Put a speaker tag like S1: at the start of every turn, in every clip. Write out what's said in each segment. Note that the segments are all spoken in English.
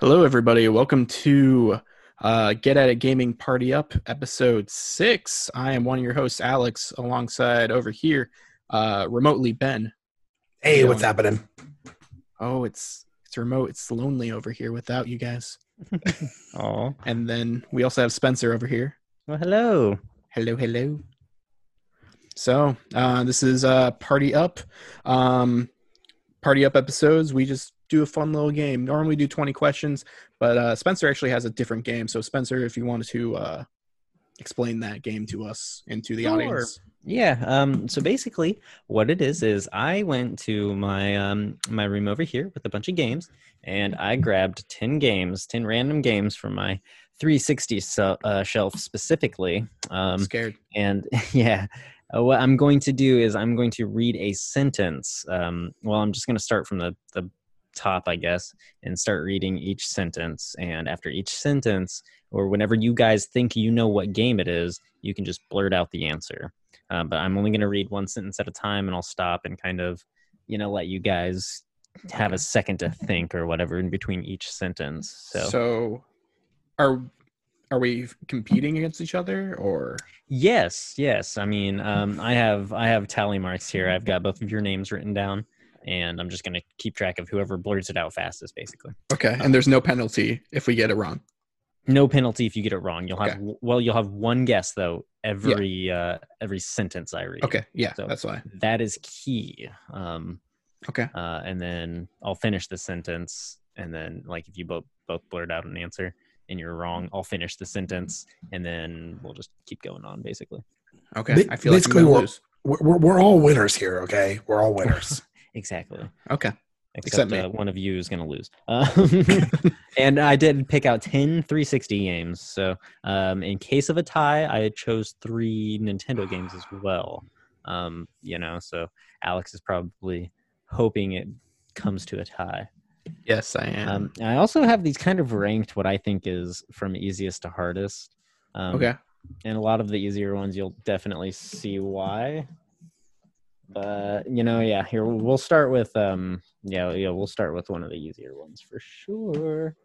S1: Hello, everybody. Welcome to uh, Get at It Gaming Party Up, episode six. I am one of your hosts, Alex, alongside over here, uh, remotely Ben.
S2: Hey,
S1: Yeah.
S2: what's happening?
S1: Oh, it's it's remote. It's lonely over here without you guys.
S3: Oh,
S1: And then we also have Spencer over here.
S3: well, hello.
S1: Hello, hello. So uh, this is uh, Party Up. Um, Party Up episodes. We just do a fun little game. Normally do twenty questions, but uh, Spencer actually has a different game. So Spencer, if you wanted to uh, explain that game to us and to the
S3: Sure.
S1: audience,
S3: Yeah. Um. So basically, what it is is I went to my um my room over here with a bunch of games, and I grabbed ten games, ten random games from my 360 so, uh, shelf specifically.
S1: I'm
S3: Um.
S1: scared.
S3: And yeah, uh, what I'm going to do is I'm going to read a sentence. Um. Well, I'm just going to start from the the top, I guess, and start reading each sentence. And after each sentence, or whenever you guys think you know what game it is, you can just blurt out the answer. Uh, but I'm only going to read one sentence at a time, and I'll stop and kind of, you know, let you guys have a second to think or whatever in between each sentence. So,
S1: So. are are we competing against each other or
S3: yes, yes. I mean,
S1: Mm.
S3: um, I have I have tally marks here. I've got both of your names written down, and I'm just going to keep track of whoever blurts it out fastest, basically.
S1: okay? And there's no penalty if we get it wrong.
S3: no penalty if you get it wrong you'll
S1: Okay.
S3: have well you'll have one guess though every uh every sentence i read
S1: Okay, yeah,
S3: So-
S1: that's why.
S3: that is key um
S1: Okay,
S3: uh and then i'll finish the sentence and then like if you both both blurt out an answer and you're wrong i'll finish the sentence and then we'll just keep going on basically
S1: okay.
S2: Ba-
S1: I feel like I'm
S2: basically
S1: gonna
S2: what-
S1: lose.
S2: We're, we're, we're all winners here, okay? We're all winners.
S3: exactly
S1: Okay, Except
S3: except,
S1: me.
S3: uh, one of you is going to lose um, and i did pick out 10 360 games so um, in case of a tie i chose three nintendo games as well um, you know so alex is probably hoping it comes to a tie
S1: yes, I am.
S3: um, i also have these kind of ranked what i think is from easiest to hardest um,
S1: okay.
S3: and a lot of the easier ones you'll definitely see why but you know yeah here we'll start with um yeah yeah we'll start with one of the easier ones for sure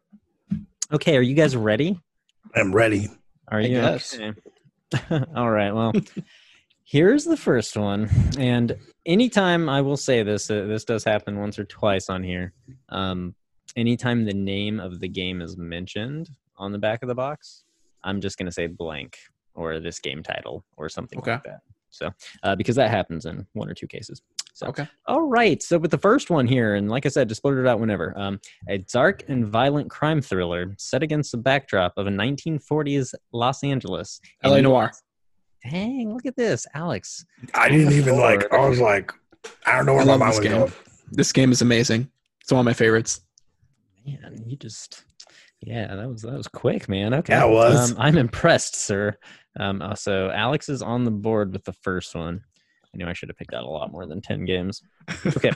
S3: okay are you guys ready
S2: I'm ready.
S3: are
S1: I
S3: you
S1: guess.
S3: okay? all right well here's the first one and anytime i will say this uh, this does happen once or twice on here um anytime the name of the game is mentioned on the back of the box i'm just going to say blank or this game title or something
S1: Okay.
S3: like that so uh, because that happens in one or two cases so
S1: Okay.
S3: all right so with the first one here and like i said just blurt it out whenever um, a dark and violent crime thriller set against the backdrop of a 1940s los angeles
S1: LA Noir.
S3: Dang, look at this, Alex.
S2: I didn't even like, I was like, I don't know where
S1: I
S2: my
S1: love
S2: mind
S1: this
S2: was
S1: game.
S2: going.
S1: This game is amazing. It's one of my favorites.
S3: Man, you just yeah, that was that was quick, man. Okay.
S2: Yeah, it was.
S3: Um, I'm impressed, sir. Um uh, so Alex is on the board with the first one. I knew I should have picked out a lot more than 10 games. Okay.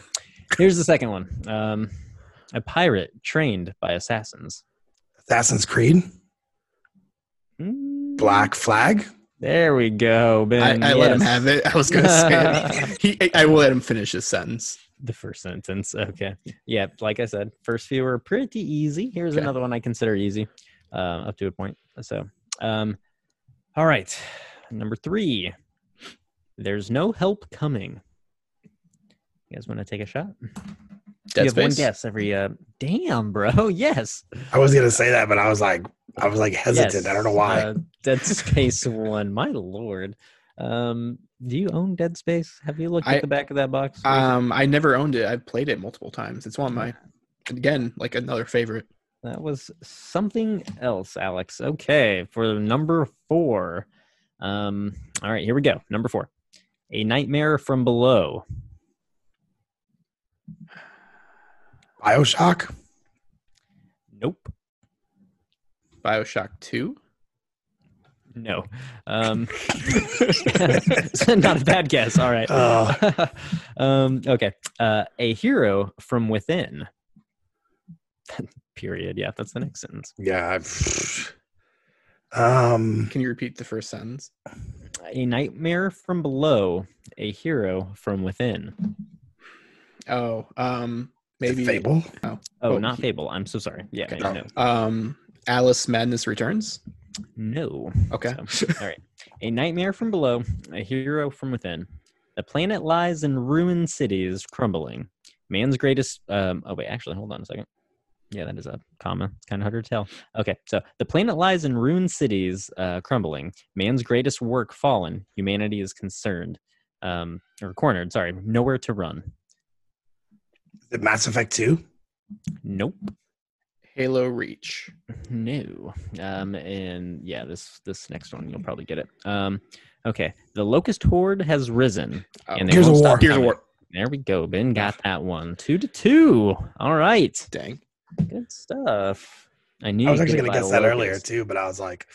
S3: Here's the second one. Um a pirate trained by assassins.
S2: Assassin's Creed,
S3: Mm,
S2: Black Flag.
S3: There we go,
S1: I, I
S3: Ben.
S1: let him
S3: yes.
S1: have it. I was gonna say he. I will let him finish his sentence.
S3: The first sentence. Okay. Yeah. Like I said, first few were pretty easy. Here's
S1: Okay.
S3: another one I consider easy, um, up to a point. So, um, all right. Number three. There's no help coming. You guys want to take a shot? you
S1: Dead
S3: have one
S1: Space.
S3: guess every. Uh, damn, bro. Yes.
S2: I was going to say that, but I was like, I was like hesitant. I don't know
S3: Yes.
S2: why.
S3: Uh, Dead Space one. My lord. Um, do you own Dead Space? Have you looked at
S1: I-
S3: the back of that box?
S1: Um, I never owned it. I've played it multiple times. It's one of my, again, like another favorite.
S3: That was something else, Alex. Okay, for number four. Um, all right, here we go. Number four. A Nightmare from Below.
S2: Bioshock,
S3: Nope.
S1: Bioshock Two.
S3: No. Um, not a bad guess. All right.
S2: uh,
S3: um, okay. Uh, a Hero from Within. Period. Yeah, that's the next sentence.
S2: yeah. I've- um,
S1: Can you repeat the first sentence?
S3: A Nightmare from Below. A Hero from Within.
S1: Oh, um, maybe
S2: Fable.
S3: Oh,
S1: Oh,
S3: not
S1: he-
S3: Fable. I'm so sorry. Yeah,
S1: Okay.
S3: no,
S1: Um, Alice Madness Returns.
S3: no.
S1: Okay.
S3: So, all right. A nightmare from below, a hero from within. The planet lies in ruined cities crumbling. Man's greatest. Um, oh, wait, actually, hold on a second. Yeah, that is a comma. It's kind of hard to tell. Okay, so the planet lies in ruined cities uh, crumbling. Man's greatest work fallen. Humanity is concerned. Um, or cornered, sorry. Nowhere to run.
S2: The Mass Effect 2?
S3: Nope.
S1: Halo Reach.
S3: No. Um, and yeah, this this next one you'll probably get it. Um, okay. The locust horde has risen.
S1: Oh,
S3: And they
S2: Gears
S3: won't
S2: of
S3: stop
S2: War.
S1: Gears of
S3: coming.
S1: War.
S3: There we go. Ben got that one. Two to two. All right.
S1: Dang.
S3: Good stuff. I knew
S2: I was
S3: you
S2: actually
S3: did
S2: going to
S3: by
S2: guess
S3: the
S2: that earlier,
S3: locust.
S2: too, but I was like,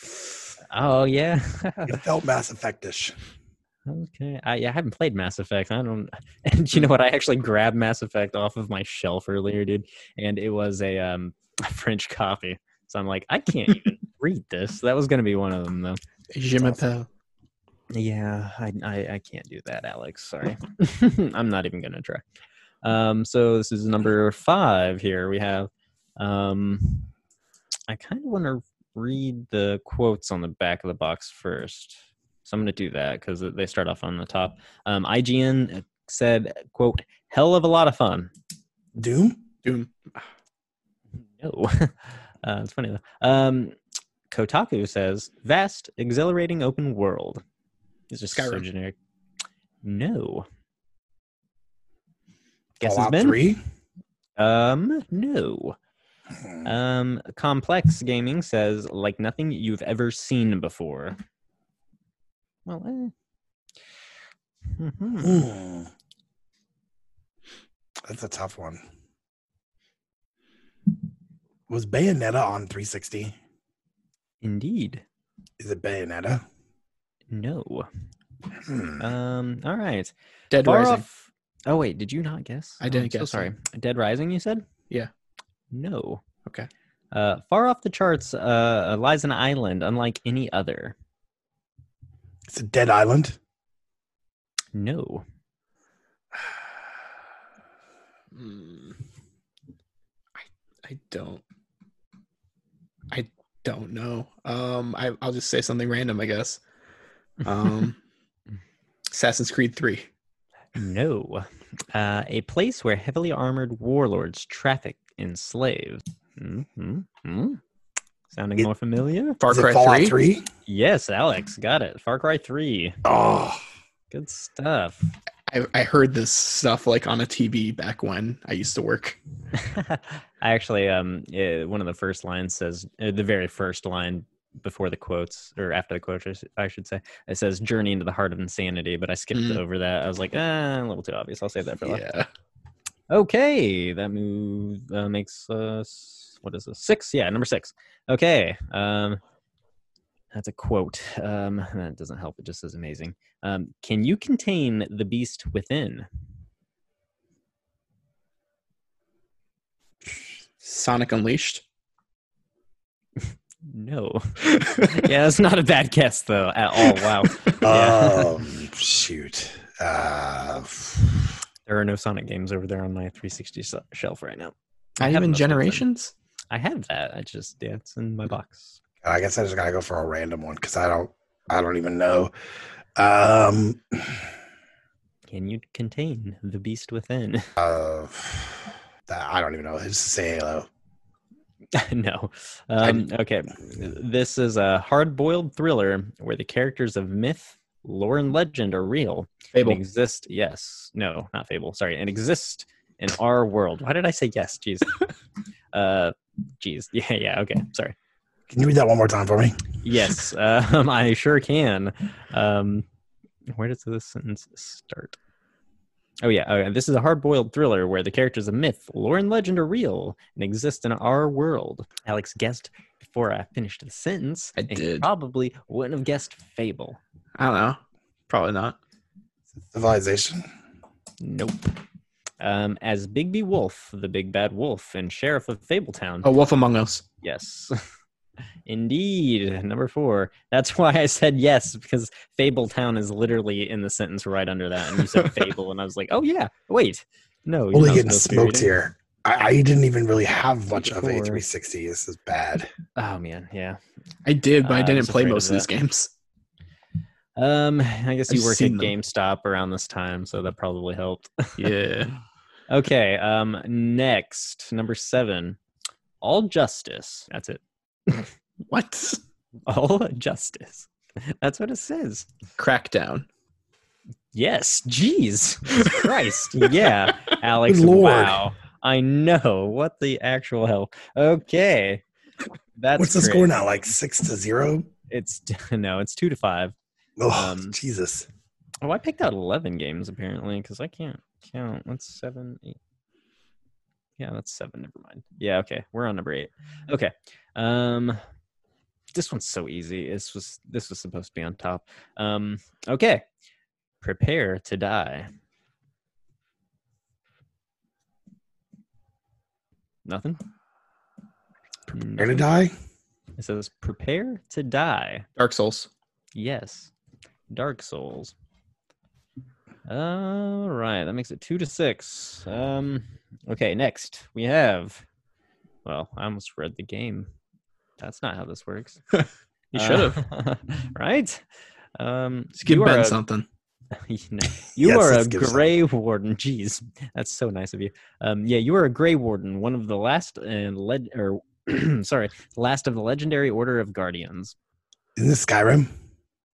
S3: Oh yeah.
S2: it felt Mass Effectish.
S3: okay. I, yeah, I haven't played Mass Effect. I don't. And you know what? I actually grabbed Mass Effect off of my shelf earlier, dude, and it was a um a French copy. So I'm like, I can't even read this. That was going to be one of them though.
S1: Je m'appelle.
S3: Yeah, I, I, I can't do that, Alex. Sorry. I'm not even going to try. Um, so this is number five here. We have, um, I kind of want to read the quotes on the back of the box first. So I'm going to do that because they start off on the top. Um, IGN said, quote, hell of a lot of fun.
S2: Doom?
S1: Doom.
S3: No. uh, it's funny though. Um, Kotaku says vast, exhilarating open world. These are so
S1: Skyrim.
S3: generic. No. Guess has
S2: Fallout
S3: been
S2: 3?
S3: um no
S2: Hmm.
S3: um complex gaming says like nothing you've ever seen before. Well, eh. Mhm.
S2: Hmm. That's a tough one. Was Bayonetta on 360?
S3: indeed
S2: Is it Bayonetta?
S3: no.
S2: Hmm.
S3: Um, all right.
S1: Dead
S3: Far
S1: Rising.
S3: off- Oh wait, did you not guess?
S1: I
S3: Oh,
S1: didn't
S3: I'm So
S1: guess,
S3: sorry. Dead Rising, you said?
S1: Yeah.
S3: No.
S1: Okay.
S3: Uh, far off the charts uh, lies an island unlike any other.
S2: It's a dead island.
S3: No.
S1: Hmm. I I don't. I don't know. Um, I I'll just say something random, I guess. Um, Assassin's Creed Three.
S3: No. Uh, a place where heavily armored warlords traffic in slaves. Mm-hmm. Sounding
S2: It-
S3: more familiar?
S1: Far
S2: Is it
S1: Cry
S2: Fallout
S1: 3?
S2: 3?
S3: Yes, Alex, got it. Far Cry 3.
S2: Oh,
S3: Good stuff.
S1: I, I heard this stuff like on a TV back when I used to work.
S3: I actually, um, eh, one of the first lines says uh, the very first line before the quotes or after the quotes, I s- I should say, it says "journey into the heart of insanity," but I skipped
S1: Mm.
S3: over that. I was like, ah, a little too obvious. I'll save that for last.
S1: Yeah.
S3: Okay, that move uh, makes us what is this six? Yeah, number six. Okay, um, that's a quote. Um, that doesn't help. It just says amazing. Um, can you contain the beast within?
S1: Sonic Unleashed.
S3: No. yeah, that's not a bad guess though at all. Wow. Yeah.
S2: um, shoot. Uh,
S3: There are no Sonic games over there on my 360 s- uh, shelf right now.
S1: Not
S3: have
S1: even
S3: most of them.
S1: Generations. Hmm.
S3: I have that. I just yeah, it's in my box.
S2: I guess I just gotta go for a random one because I don't, I don't even know. Um,
S3: Can you contain the beast within?
S2: uh, I don't even know. It's just say Halo.
S3: no. Um, okay. This is a hard-boiled thriller where the characters of myth, lore, and legend are real and
S1: Fable.
S3: exist. Yes. No, not Fable. Sorry, and exist in our world. Why did I say yes? Jeez. uh, jeez. Yeah. Yeah. Okay. Sorry.
S2: Can you read that one more time for me?
S3: Yes, um, I sure can. Um, where does this sentence start? Oh yeah, okay. this is a hard-boiled thriller where the characters of myth, lore, and legend are real and exist in our world. Alex guessed before I finished the sentence.
S1: I
S3: and he
S1: did.
S3: Probably wouldn't have guessed fable.
S1: I don't know. Probably not.
S2: Civilization.
S3: Nope. Um, as Bigby Wolf, the big bad wolf and sheriff of Fabletown.
S1: Oh, Wolf Among Us.
S3: Yes. Indeed. Number four. That's why I said yes, because Fable Town is literally in the sentence right under that. And you said Fable, and I was like, oh, yeah, wait. No, you're
S2: Only
S3: not
S2: getting
S3: supposed to be
S2: smoked
S3: reading.
S2: here. I, I didn't even really have much of a
S3: Before.
S2: 360. This is bad.
S3: Oh man, yeah.
S1: I did, but
S3: Uh,
S1: I
S3: I
S1: didn't
S3: was
S1: play
S3: afraid
S1: most
S3: of
S1: of these games.
S3: Um, I guess
S1: I've
S3: you worked at
S1: seen them.
S3: GameStop around this time, so that probably helped.
S1: Yeah.
S3: Okay. Um. Next, number seven, All Justice. That's it.
S1: what?
S3: All Justice. That's what it says.
S1: Crackdown.
S3: Yes. Jeez. Christ. Yeah. Alex.
S2: Good lord.
S3: Wow. I know. What the actual hell? Okay. That's
S2: What's the
S3: great.
S2: score now? Like six to zero?
S3: It's no. It's two to five.
S2: Oh,
S3: Um,
S2: Jesus.
S3: Oh, I picked out eleven games apparently because I can't count. That's seven, eight. Yeah, that's seven. Never mind. Yeah, okay, we're on number eight. Okay, um, this one's so easy. This was this was supposed to be on top. Um, okay, prepare to die. Nothing.
S2: Prepare to
S3: Nothing?
S2: die?
S3: It says prepare to die.
S1: Dark Souls.
S3: Yes. Dark Souls. All right, that makes it two to six. Um, okay, next we have. Well, I almost read the game. That's not how this works.
S1: You should have.
S3: Uh, right? Um,
S1: Just give
S3: you
S1: Ben
S3: are a,
S1: something.
S3: you know, you
S2: Yes,
S3: are a
S2: let's give some.
S3: gray warden. Jeez, that's so nice of you. Um, yeah, you are a gray warden, one of the last and led or sorry, last of the legendary order of guardians.
S2: Isn't this Skyrim?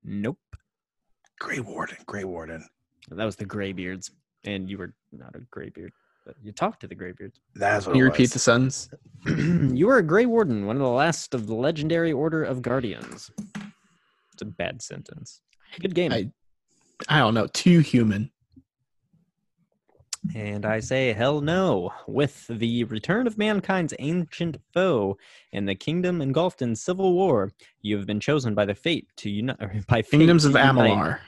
S3: Nope.
S2: Grey Warden. Grey Warden.
S3: That was the graybeards, and you were not a graybeard, but you talked to the graybeards.
S2: That's what
S1: Can you
S2: it
S1: repeat
S2: was.
S1: the sentence?
S3: you were a gray warden, one of the last of the legendary order of guardians. It's a bad sentence. Good game.
S1: I- I don't know. Too human.
S3: And I say hell no. With the return of mankind's ancient foe and the kingdom engulfed in civil war, you have been chosen by the fate to unite. By fate
S1: Kingdoms of
S3: to unite-
S1: Amalur.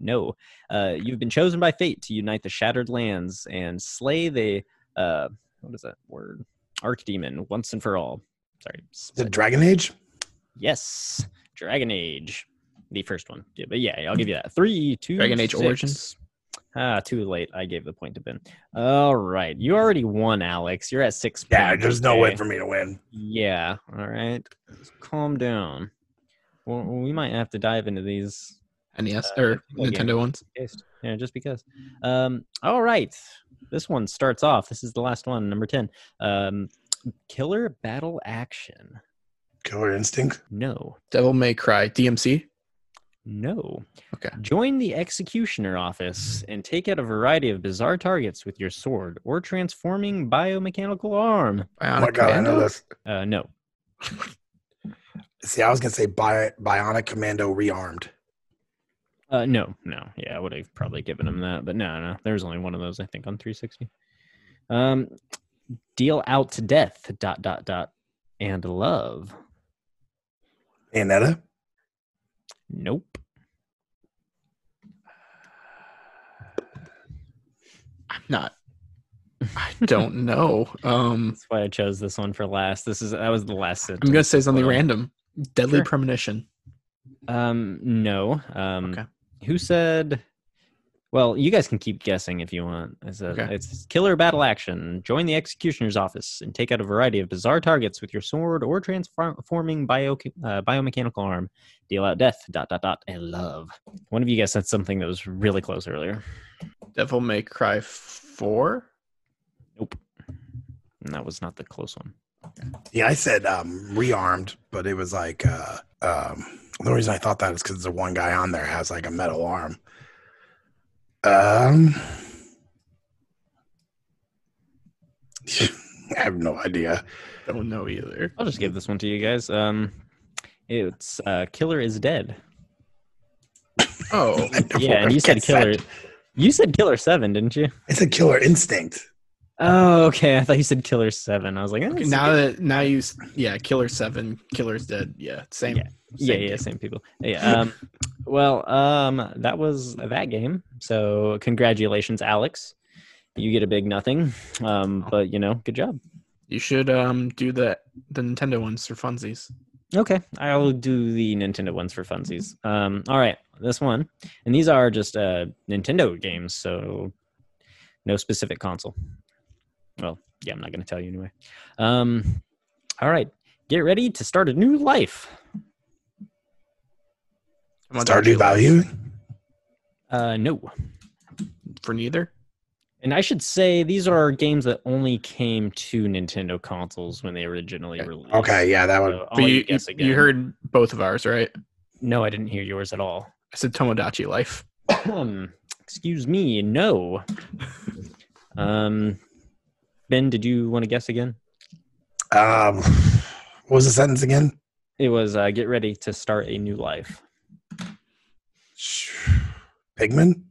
S3: No, uh, you've been chosen by fate to unite the shattered lands and slay the uh, what is that word? Archdemon once and for all. Sorry. s-
S2: The Dragon Age?
S3: Yes, Dragon Age, the first one. Yeah, but yeah, I'll give you that. Three, two,
S1: Dragon Age
S3: six.
S1: Origins.
S3: Ah, too late. I gave the point to Ben. All right, you already won, Alex. You're at six.
S2: Yeah,
S3: points,
S2: there's no way
S3: okay?
S2: for me to win.
S3: Yeah. All right. Calm down. Well, we might have to dive into these
S1: NES
S3: Uh,
S1: or
S3: okay.
S1: E Er, Nintendo ones.
S3: taste. Yeah, just because. Um, all right. This one starts off. This is the last one, number 10. Um, killer battle action.
S2: Killer Instinct?
S3: No,
S1: Devil May Cry. DMC.
S3: no.
S1: Okay.
S3: Join the executioner office and take out a variety of bizarre targets with your sword or transforming biomechanical arm.
S2: Oh my
S1: Bionic
S2: God, I know
S1: Commando?
S2: this.
S3: Uh, no.
S2: See, I was going to say Bi- Bionic Commando Rearmed.
S3: Uh, no, no. Yeah, I would have probably given him that, but no, no. There's only one of those, I think, on 360. Um, deal out to death, dot, dot, dot, and love.
S2: Bayonetta?
S3: Nope.
S1: I'm not. I don't know. Um,
S3: That's why I chose this one for last. This is that was the last sentence.
S1: I'm gonna say something
S3: Well,
S1: random. Deadly
S3: sure.
S1: Premonition.
S3: Um, no. Um,
S1: Okay.
S3: who said? Well, you guys can keep guessing if you want. It's, a,
S1: Okay.
S3: it's killer battle action. Join the executioner's office and take out a variety of bizarre targets with your sword or transforming bio, uh, biomechanical arm. Deal out death. Dot dot dot and love. One of you guys said something that was really close earlier,
S1: Devil May Cry Four.
S3: and that was not the close one.
S2: Yeah, I said um, rearmed, but it was like uh, um, the reason I thought that is because the one guy on there has like a metal arm. Um, I have no idea.
S1: Don't know either.
S3: I'll just give this one to you guys. Um, it's uh, killer is dead.
S1: Oh,
S2: I never
S3: Yeah, and you said
S2: guessed that.
S3: killer. You said killer seven, didn't you?
S2: It's a killer instinct.
S3: Oh, okay. I thought you said Killer Seven. I was like, eh,
S1: okay,
S3: it's-
S1: now that now you s- yeah, Killer Seven, Killer's Dead. Yeah, same.
S3: yeah,
S1: same
S3: yeah,
S1: game.
S3: same people. Yeah. Um, well, um, that was that game. So congratulations, Alex. You get a big nothing. Um, but you know, good job.
S1: You should um do the the Nintendo ones for funsies.
S3: Okay, I'll do the Nintendo ones for funsies. Um, all right, this one, and these are just uh Nintendo games, so no specific console. Well, yeah, I'm not going to tell you anyway. Um, all right, get ready to start a new life.
S1: Come on,
S2: Stardew
S1: Dodger.
S2: Value.
S3: Uh, no,
S1: for neither.
S3: and I should say these are games that only came to Nintendo consoles when they originally
S1: Eh, Okay.
S3: released.
S2: Okay, yeah, that would.
S3: So I'll
S1: But
S3: let
S1: you, you,
S3: guess
S1: you
S3: Oh, again.
S1: heard both of ours, right?
S3: No, I didn't hear yours at all.
S1: I said Tomodachi Life.
S3: Um, excuse me, no. Um, Ben, did you want to guess again?
S2: Um, what was the sentence again?
S3: It was uh, get ready to start a new life.
S2: Pigman.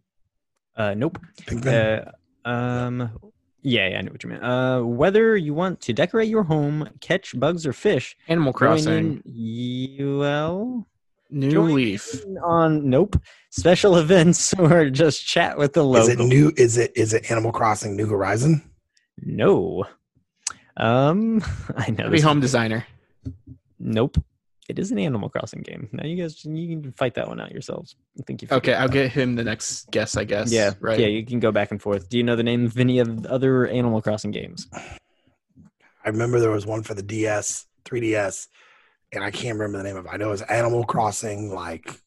S3: Uh, nope.
S2: Pigman.
S3: Uh, um, yeah, yeah, I know what you mean. Uh, whether you want to decorate your home, catch bugs or fish,
S1: Animal Crossing.
S3: join in well
S1: New
S3: join
S1: Leaf.
S3: in on nope special events or just chat with the
S2: is it
S3: local.
S2: new? Is it is it Animal Crossing New Horizon?
S3: No. Um, I know.
S1: Be
S3: this
S1: home
S3: is-
S1: designer.
S3: Nope. It is an Animal Crossing game. Now you guys you can fight that one out yourselves. I think you. figured
S1: Okay,
S3: it
S1: I'll
S3: out.
S1: get him the next guess, I guess.
S3: Yeah.
S1: Right.
S3: Yeah, you can go back and forth. Do you know the name of any of the other Animal Crossing games?
S2: I remember there was one for the DS, 3DS, and I can't remember the name of it. I know it was Animal Crossing, like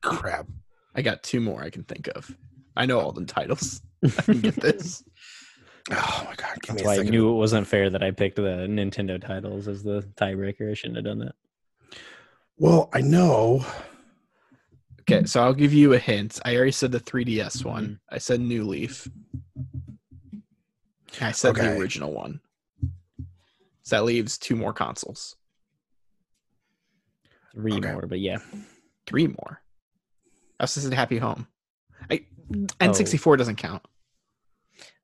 S2: crap.
S1: I got two more I can think of. I know all the titles. I can get this.
S2: Oh my god, give me
S3: That's
S2: a
S3: why I
S2: second.
S3: knew it wasn't fair that I picked the Nintendo titles as the tiebreaker. I shouldn't have done that.
S2: well, I know.
S1: Okay, so I'll give you a hint. I already said the 3DS
S3: Mm-hmm.
S1: one. I said New Leaf. I said the
S2: Okay.
S1: original one. So that leaves two more consoles.
S3: Three
S2: Okay.
S3: more, but yeah.
S1: Three more. I also said Happy Home. I,
S3: Oh.
S1: N64 doesn't count.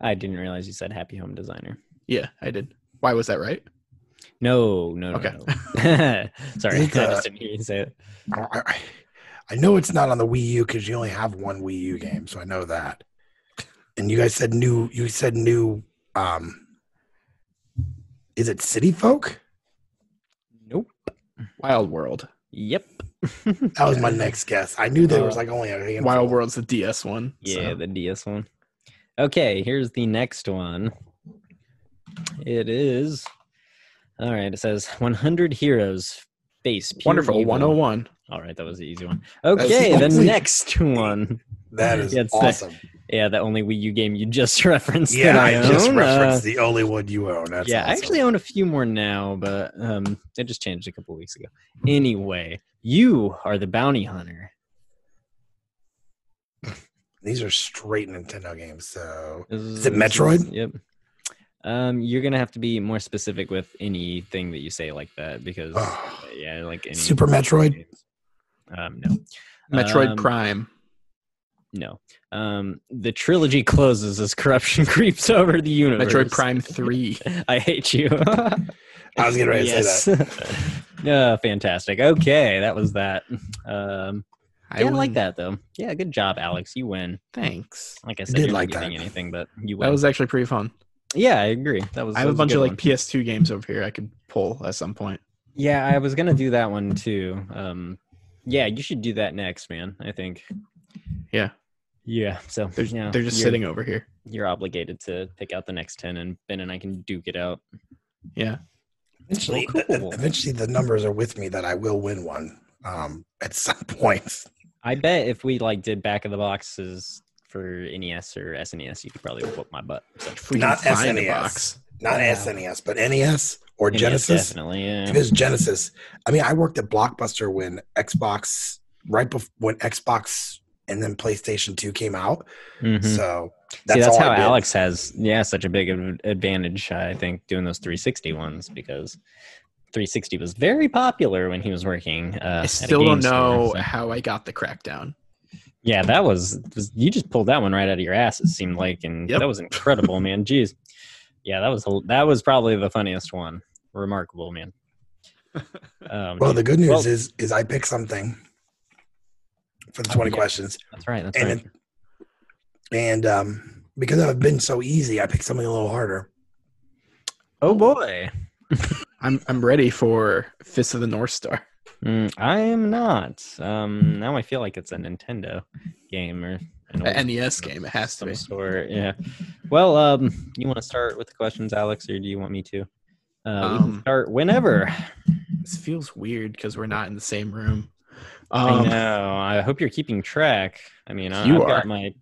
S3: I didn't realize you said Happy Home Designer.
S1: Yeah, I did. Why was that right?
S3: No, no, no.
S1: Okay.
S3: no. Sorry, I
S2: It's, uh,
S3: just didn't hear you say it.
S2: I, don't- I, I- I know it's not on the Wii U because you only have one Wii U game, so I know that. And you guys said new. You said new. Um, is it City Folk?
S3: Nope.
S1: Wild World.
S3: Yep.
S2: That was my next guess. I knew there was
S3: Uh,
S2: like only a handful.
S1: Wild World's the DS one. so-
S3: Yeah, the DS one. Okay, here's the next one. It is. All right, it says 100 heroes face pure
S1: Wonderful.
S3: evil.
S1: 101.
S3: All right, that was the easy one.
S2: was
S3: Okay,
S2: the
S3: the
S2: only-
S3: next one.
S2: That is
S3: Yeah, it's that-
S2: awesome.
S3: Yeah, the only Wii U game you just referenced.
S2: Yeah,
S3: that
S2: I,
S3: I,
S2: just
S3: own.
S2: referenced
S3: Uh,
S2: the only one you own. That's
S3: yeah, I
S2: awesome.
S3: actually own a few more now, but um, it just changed a couple weeks ago. Anyway, you are the bounty hunter.
S2: these are straight Nintendo games. So
S3: This Is
S2: it Metroid?
S3: yep. Um, you're gonna have to be more specific with anything that you say like that because
S2: Ugh.
S3: yeah, like any
S2: Super Metroid?
S3: games. Um, no,
S1: Metroid
S3: Um,
S1: Prime.
S3: no. Um, the trilogy closes as corruption creeps over the universe.
S1: Metroid Prime 3.
S3: I hate you.
S2: I was getting ready to say
S3: that. uh, fantastic. Okay, that was that. Um, yeah, I, like
S1: win.
S3: that though. Yeah, good job, Alex. You win.
S1: Thanks.
S3: Like I said,
S2: did
S3: you're
S2: like
S3: not getting
S2: that.
S3: anything, but you win.
S1: That was actually pretty fun.
S3: yeah, I agree. That was.
S1: I
S3: that
S1: have a
S3: was
S1: bunch
S3: good
S1: of like
S3: one.
S1: PS2 games over here I could pull at some point.
S3: Yeah, I was gonna do that one too. Um, yeah, you should do that next, man. I think.
S1: Yeah.
S3: Yeah. So
S1: They're,
S3: yeah,
S1: they're just
S3: you're-
S1: sitting over here.
S3: You're obligated to pick out the next ten, and Ben and I can duke it out.
S1: Yeah.
S2: Eventually,
S3: Well, cool.
S2: eventually the numbers are with me that I will win one um, at some point.
S3: I bet if we like did back of the boxes for NES or SNES, you could probably whoop my butt. So,
S1: If we
S2: Not
S1: can find the
S2: SNES.
S1: box.
S2: Not
S3: Yeah.
S2: SNES, but NES or
S3: NES
S2: Genesis.
S3: E definitely. Yeah.
S2: If it's Genesis, I mean, I worked at Blockbuster when Xbox, right before when Xbox and then PlayStation 2 came out.
S3: Mhm.
S2: So
S3: See, that's
S2: all
S3: how
S2: I did.
S3: Alex has yeah such a big ad- advantage. I think doing those 360 ones because 360 was very popular when he was working. Uh,
S1: I
S3: at a
S1: still
S3: game
S1: don't
S3: store,
S1: know
S3: so-
S1: how I got the crackdown.
S3: Yeah, that was, was you just pulled that one right out of your ass. It seemed like, and
S1: Yep.
S3: that was incredible, man. Jeez, yeah, that was that was probably the funniest one. Remarkable, man. Um,
S2: Well, the good news
S3: Well-
S2: is is I picked something for the
S3: Oh,
S2: 20
S3: yeah.
S2: questions.
S3: that's right. That's
S2: and
S3: right.
S2: it- And um, because I've been so easy, I picked something a little harder.
S3: Oh boy,
S1: I'm I'm ready for Fist of the North Star.
S3: Mm, I am not. Um, now I feel like it's a Nintendo game or an old
S1: A NES game. It has to
S3: some
S1: be.
S3: sort. Yeah. Well, um, you want to start with the questions, Alex, or do you want me to? Uh, we can
S1: Um,
S3: start whenever.
S1: This feels weird because we're not in the same room.
S3: I
S1: Um,
S3: know. I hope you're keeping track. I mean, I-
S1: You
S3: I've got
S1: are.
S3: my.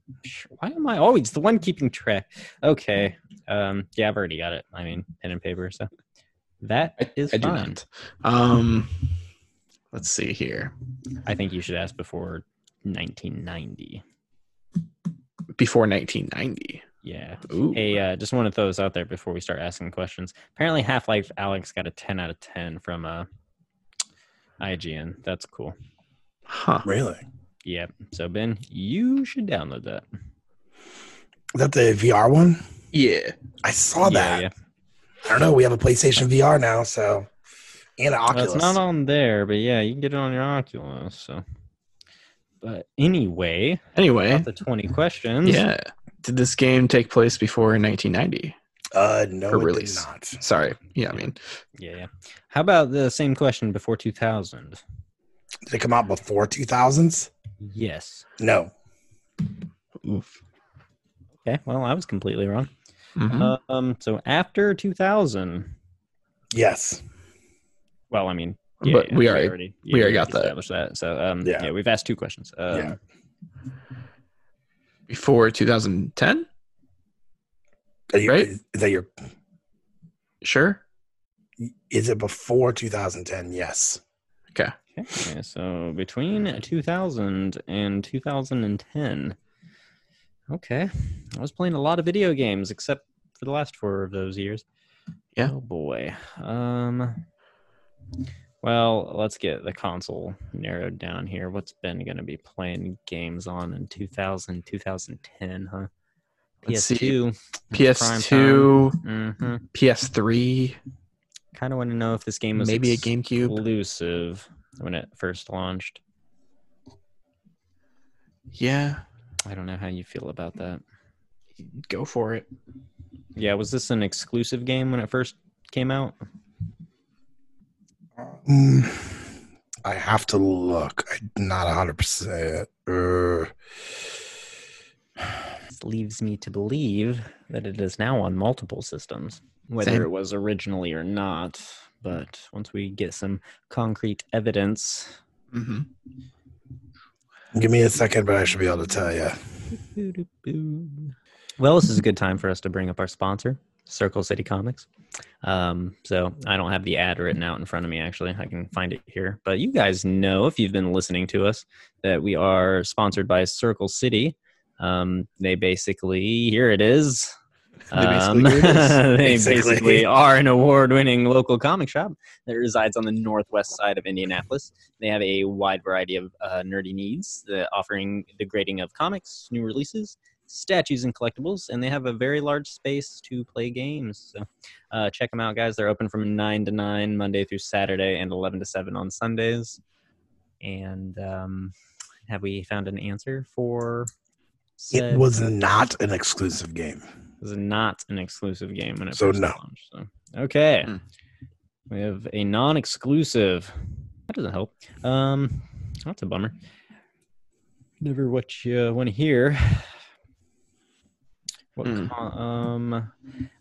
S3: Why am I always the one keeping track? Okay. Um, yeah, I've already got it. I mean, pen and paper. So
S1: I,
S3: that is
S1: I do
S3: fine.
S1: not. Um, let's see here.
S3: I think you should ask before 1990.
S1: Before 1990.
S3: Yeah.
S1: Ooh.
S3: Hey, uh, just want to throw this out there before we start asking questions. Apparently, Half Life Alex got a 10 out of 10 from uh, IGN. That's cool.
S1: Huh.
S2: Really?
S3: Yep. So Ben, you should download that.
S2: Is that the VR one?
S1: Yeah.
S2: I saw
S3: yeah,
S2: that.
S3: yeah.
S2: I don't know. We have a PlayStation VR now, so and an
S3: Well,
S2: Oculus.
S3: it's not on there, but yeah, you can get it on your Oculus. So, but anyway,
S1: Anyway,
S3: about the 20 questions.
S1: yeah. Did this game take place before 1990?
S2: uh, no,
S1: For
S2: it did
S1: release.
S2: not.
S1: Sorry. Yeah, I mean,
S3: yeah, yeah. How about the same question before 2000?
S2: Did it come out before 2000s?
S3: Yes.
S2: No.
S1: oof.
S3: Okay. Well, I was completely wrong.
S1: Mhm.
S3: Um. So after 2000.
S2: Yes.
S3: Well, I mean,
S1: But we already-
S3: yeah,
S1: we already got that.
S3: established that. So um, yeah.
S2: Yeah.
S3: we've asked two questions. Um,
S2: Yeah.
S1: Before 2010?
S2: Are you,
S1: Right?
S2: Is that your?
S1: Sure.
S2: Is it before 2010? Yes.
S3: Okay, so between 2000 and 2010. Okay. I was playing a lot of video games, except for the last four of those years.
S1: Yeah.
S3: Oh, boy. Um, well, let's get the console narrowed down here. What's Ben going to be playing games on in 2000, 2010, huh?
S1: Let's see.
S3: PS2.
S1: PS2,
S3: hmm
S1: PS3,
S3: Kind of want to know if this game was
S1: maybe a GameCube.
S3: exclusive when it first launched.
S1: Yeah.
S3: I don't know how you feel about that.
S1: Go for it.
S3: Yeah, was this an exclusive game when it first came out?
S2: Mm, I have to look. I'm not 100. percent uh,
S3: This leaves me to believe that it is now on multiple systems, whether
S1: Same.
S3: it was originally or not. But once we get some concrete evidence,
S1: hmm
S2: Give me a second, but I should be able to tell you.
S3: well, this is a good time for us to bring up our sponsor, Circle City Comics. Um, so I don't have the ad written out in front of me, actually. I can find it here. But you guys know, if you've been listening to us, that we are sponsored by Circle City. Um, they basically, here it is.
S1: They
S3: Um,
S1: basically do this.
S3: they
S2: Basically.
S3: basically are an award winning local comic shop that resides on the northwest side of Indianapolis. They have a wide variety of uh, nerdy needs, the, offering the grading of comics, new releases, statues, and collectibles. And they have a very large space to play games. So uh, check them out, guys. They're open from 9 to 9 Monday through Saturday and 11 to 7 on Sundays. And um, have we found an answer for?
S2: It
S3: said-
S2: was not an exclusive game.
S3: this is not an exclusive game when it
S2: So
S3: first
S2: no.
S3: launched. So okay,
S1: Hmm.
S3: we have a non-exclusive. That doesn't help. Um, that's a bummer. Never what you want to hear. What
S1: Hmm.
S3: co- um,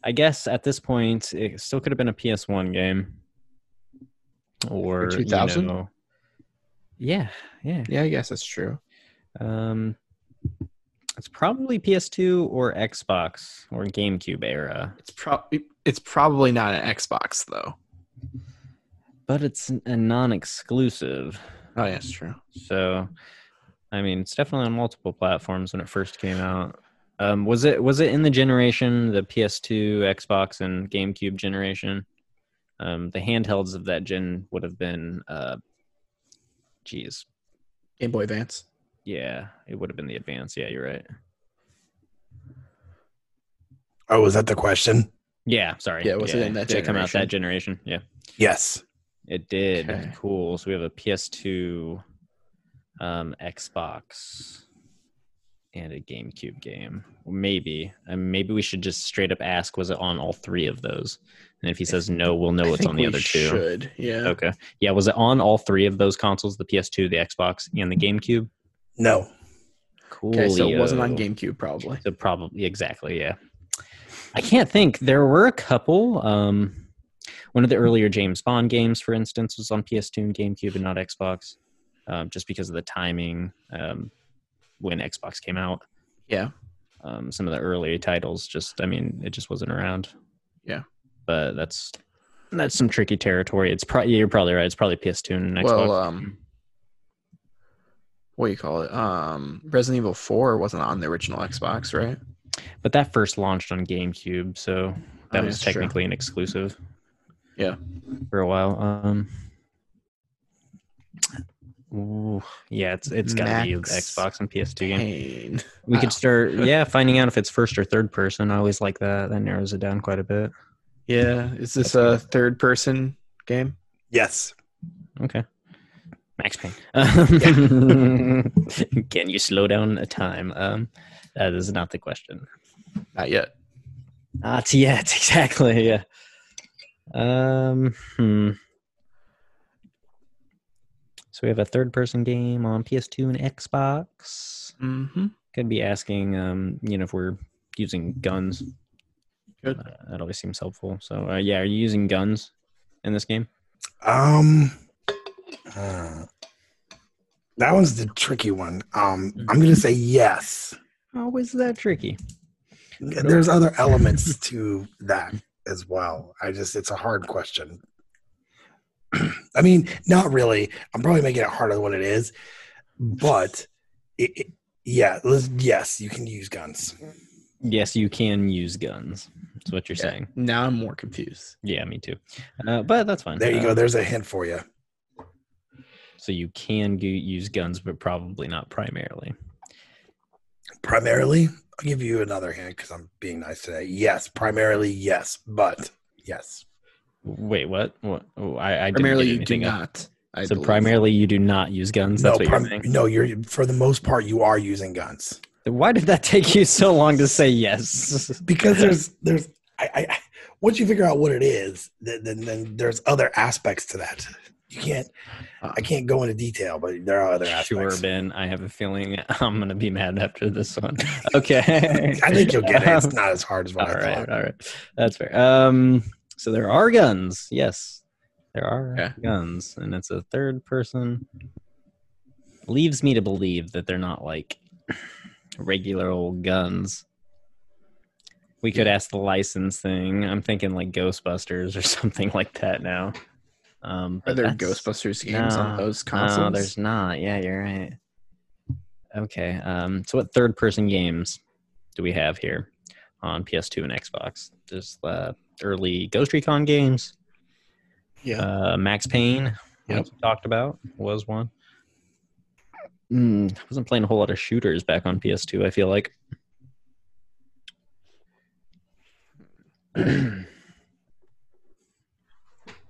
S3: I guess at this point it still could have been a PS1 game, or you
S1: 2000?
S3: know- Yeah, yeah.
S1: Yeah, I guess that's true.
S3: Um, it's probably PS2 or Xbox or GameCube era,
S1: It's probably it's probably not an Xbox though.
S3: but it's n- a non-exclusive.
S1: Oh yeah, it's true.
S3: So, I mean, it's definitely on multiple platforms when it first came out. Um, was it was it in the generation the PS2, Xbox, and GameCube generation? Um, the handhelds of that gen would have been, uh, geez,
S1: Game Boy Advance.
S3: yeah, it would have been the Advance. Yeah, you're right.
S2: Oh, was that the question?
S3: Yeah, sorry.
S1: Yeah, was it in that
S3: did it come out that
S1: generation?
S3: generation? Yeah.
S2: Yes.
S3: It did.
S1: Okay.
S3: Cool. So we have a PS2, um, Xbox, and a GameCube game. Maybe. Um, maybe we should just straight up ask, was it on all three of those? And if he says no, we'll know
S1: I
S3: it's
S1: think
S3: on the
S1: we
S3: other two. Oh,
S1: Should yeah.
S3: Okay. Yeah. Was it on all three of those consoles, the PS2, the Xbox, and the GameCube?
S2: No.
S3: Cool.
S1: Okay, so it wasn't on GameCube probably.
S3: So probably exactly, yeah. I can't think. There were a couple. Um, one of the earlier James Bond games, for instance, was on PS2 and GameCube and not Xbox, um, just because of the timing um, when Xbox came out.
S1: Yeah.
S3: Um, some of the early titles, just I mean, it just wasn't around.
S1: Yeah.
S3: But that's that's some tricky territory. It's probably you're probably right. It's probably PS2 and Xbox.
S1: Well, um, what do you call it? Um, Resident Evil Four wasn't on the original Xbox, right?
S3: But that first launched on GameCube, so that
S1: Oh,
S3: was
S1: yes, sure.
S3: technically an exclusive.
S1: Yeah.
S3: For a while. Um ooh, yeah, it's it's gotta be the
S1: Max
S3: Xbox and PS2 game.
S1: Pain.
S3: We
S1: Wow.
S3: could start yeah, finding out if it's first or third person. I always like that. That narrows it down quite a bit.
S1: Yeah, is this a third-person game?
S2: Yes.
S3: Okay. Max Payne. Can you slow down the time? Um that is not the question.
S1: Not yet.
S3: Not yet, Ah, exactly. Yeah. Um. Hmm. So we have a third-person game on PS2 and Xbox.
S1: Mm-hmm.
S3: Could be asking, um, you know, if we're using guns.
S1: Good.
S3: Uh, that always seems helpful. So, uh, yeah, are you using guns in this game?
S2: Um, uh, that one's the tricky one. Um, I'm gonna say yes.
S3: Oh, is that tricky?
S2: There's other elements to that as well. I just it's a hard question. I mean, not really. I'm probably making it harder than what it is, but it, it- yeah, let's, yes, you can use guns.
S3: Yes, you can use guns. That's what you're
S1: Yeah.
S3: saying.
S1: Now I'm more confused.
S3: Yeah, me too. Uh, but that's fine.
S2: There you
S3: Uh,
S2: go. There's a hint for you.
S3: So you can gu- use guns, but probably not primarily.
S2: Primarily, I'll give you another hint because I'm being nice today. Yes, primarily yes, but yes.
S3: Wait, what? What? Oh, I, I didn't
S1: Primarily,
S3: get
S1: you do
S3: anything up.
S1: not. I
S3: so
S1: believe.
S3: primarily, you do not use guns.
S2: no,
S3: That's what you're
S2: prim-
S3: saying.
S2: no, you're for the most part you are using guns.
S3: Then Why did that take you so long to say yes?
S2: because there's there's I, I I- once you figure out what it is, then, then then there's other aspects to that. You can't I can't go into detail, but there are other
S3: Uh. Sure,
S2: aspects.
S3: Ben. I have a feeling I'm gonna be mad after this one. Okay.
S2: I think you'll get it. It's
S3: Um,
S2: not as hard as what
S3: all
S2: I
S3: right,
S2: thought.
S3: all right. That's fair. Um, so there are guns. Yes, there are
S1: Okay.
S3: guns, and it's a third person. Leaves me to believe that they're not like regular old guns. We could ask the license thing. I'm thinking like Ghostbusters or something like that now. Um,
S1: Are
S3: but
S1: there
S3: that's-
S1: Ghostbusters games on
S3: No,
S1: those consoles?
S3: No, Uh, there's not. Yeah, you're right. Okay. Um, so what third person games do we have here on PS2 and Xbox? There's uh, early Ghost Recon games.
S1: Yeah.
S3: Uh, Max Payne,
S1: Yep.
S3: like you talked about, was one.
S1: Hmm.
S3: Mm, I wasn't playing a whole lot of shooters back on PS2, I feel like.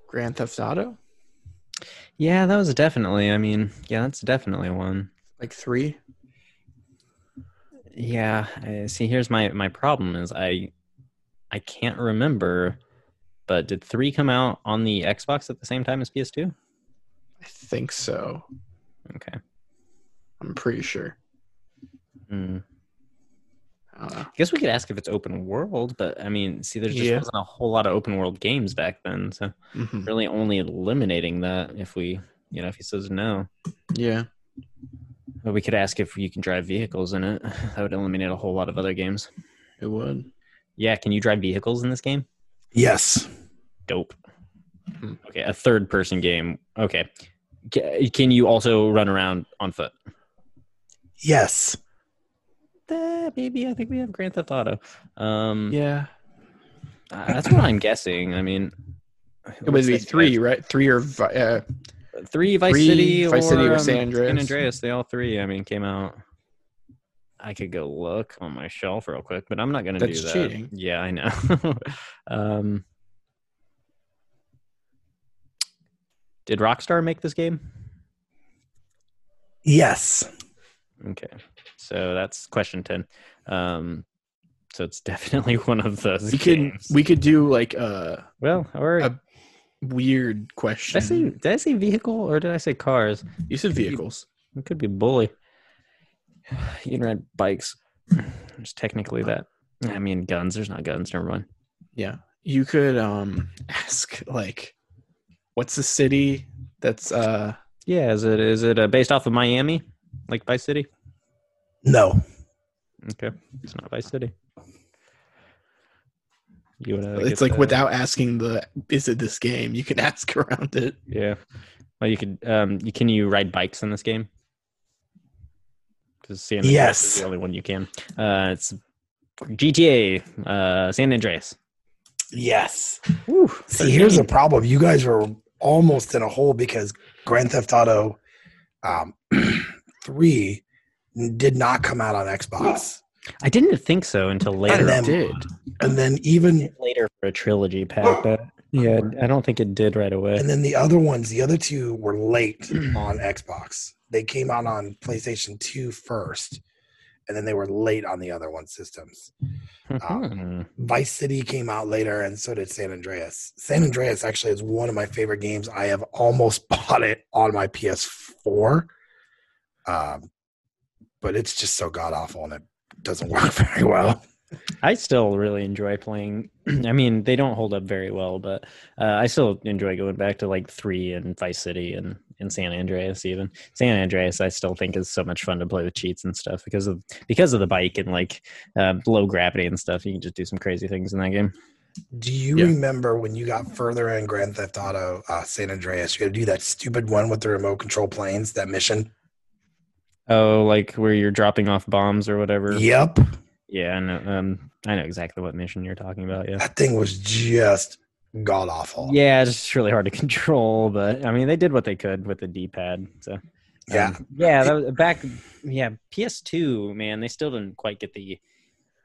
S1: Grand Theft Auto,
S3: Yeah, that was definitely, I mean, yeah, that's definitely one.
S1: like three.
S3: Yeah, I, see, here's my my problem is I I can't remember, but did three come out on the Xbox at the same time as PS2?
S1: I think so.
S3: Okay,
S1: I'm pretty sure.
S3: Hmm.
S1: I don't know.
S3: I guess we could ask if it's open world, but I mean, see, there just
S1: Yeah.
S3: wasn't a whole lot of open world games back then, so
S1: Mhm.
S3: really only eliminating that if we, you know, if he says no,
S1: Yeah.
S3: but we could ask if you can drive vehicles in it. That would eliminate a whole lot of other games.
S1: It would.
S3: Yeah, can you drive vehicles in this game?
S2: Yes.
S3: Dope.
S1: Hmm.
S3: Okay, a third person game. Okay. Ca- Can you also run around on foot?
S2: Yes.
S3: Eh, maybe I think we have Grand Theft Auto. Um,
S1: Yeah.
S3: uh, that's what I'm guessing. I mean,
S1: It would be three,
S3: Vice,
S1: right? Three or vi- uh,
S3: three Vice
S1: Three,
S3: City,
S1: Vice
S3: or,
S1: City or
S3: um,
S1: San Andreas.
S3: San Andreas. They all three. I mean, came out. I could go look on my shelf real quick, but I'm not gonna
S1: That's
S3: do that.
S1: cheating.
S3: Yeah, I know. um, did Rockstar make this game?
S2: Yes.
S3: Okay. So that's question 10. Um, so it's definitely one of those.
S1: we could
S3: games.
S1: we Uh, could do like a
S3: well, or
S1: a weird question.
S3: did I say did I say vehicle or did I say cars?
S1: You said vehicles.
S3: It could be bully. You can ride bikes. There's technically that. I mean, guns. There's not guns. Never mind.
S1: Yeah. You could um ask like what's the city that's uh
S3: Yeah. Is it is it uh, based off of Miami, like Vice City?
S2: No,
S3: Okay, it's not Vice City. You would. Uh,
S1: it's
S3: get
S1: like
S3: the-
S1: without asking the is it this game? You can ask around it.
S3: Yeah. Well, you could. Um, you, can you ride bikes in this game? Because San Andreas is
S2: Yes.
S3: the only one you can. Uh, it's GTA uh, San Andreas.
S2: Yes.
S3: Woo,
S2: See, here's the problem. You guys are almost in a hole because Grand Theft Auto um, 3 did not come out on Xbox.
S3: I didn't think so until later.
S2: And then,
S1: did.
S2: and then even
S3: later for a trilogy pack, but yeah, I don't think it did right away.
S2: and then the other ones, the other two were late on Xbox. They came out on PlayStation 2 first, and then they were late on the other one systems.
S3: Mhm.
S2: Vice City came out later, and so did San Andreas. San Andreas actually is one of my favorite games. I have almost bought it on my PS4, um, but it's just so god awful and it doesn't work very well.
S3: I still really enjoy playing. I mean, they don't hold up very well, but uh, I still enjoy going back to like three and Vice City and, and San Andreas. Even San Andreas, I still think is so much fun to play with cheats and stuff because of because of the bike and like uh, low gravity and stuff. You can just do some crazy things in that game.
S2: Do you
S1: Yeah.
S2: remember when you got further in Grand Theft Auto uh, San Andreas? You had to do that stupid one with the remote control planes, that mission.
S3: Oh, like where you're dropping off bombs or whatever.
S2: Yep,
S3: yeah. I know. Um, I know exactly what mission you're talking about. Yeah.
S2: that thing was just god awful.
S3: Yeah, it's just really hard to control, but I mean, they did what they could with the D-pad. So um,
S2: Yeah.
S3: yeah, that was back. Yeah, PS2, man, they still didn't quite get the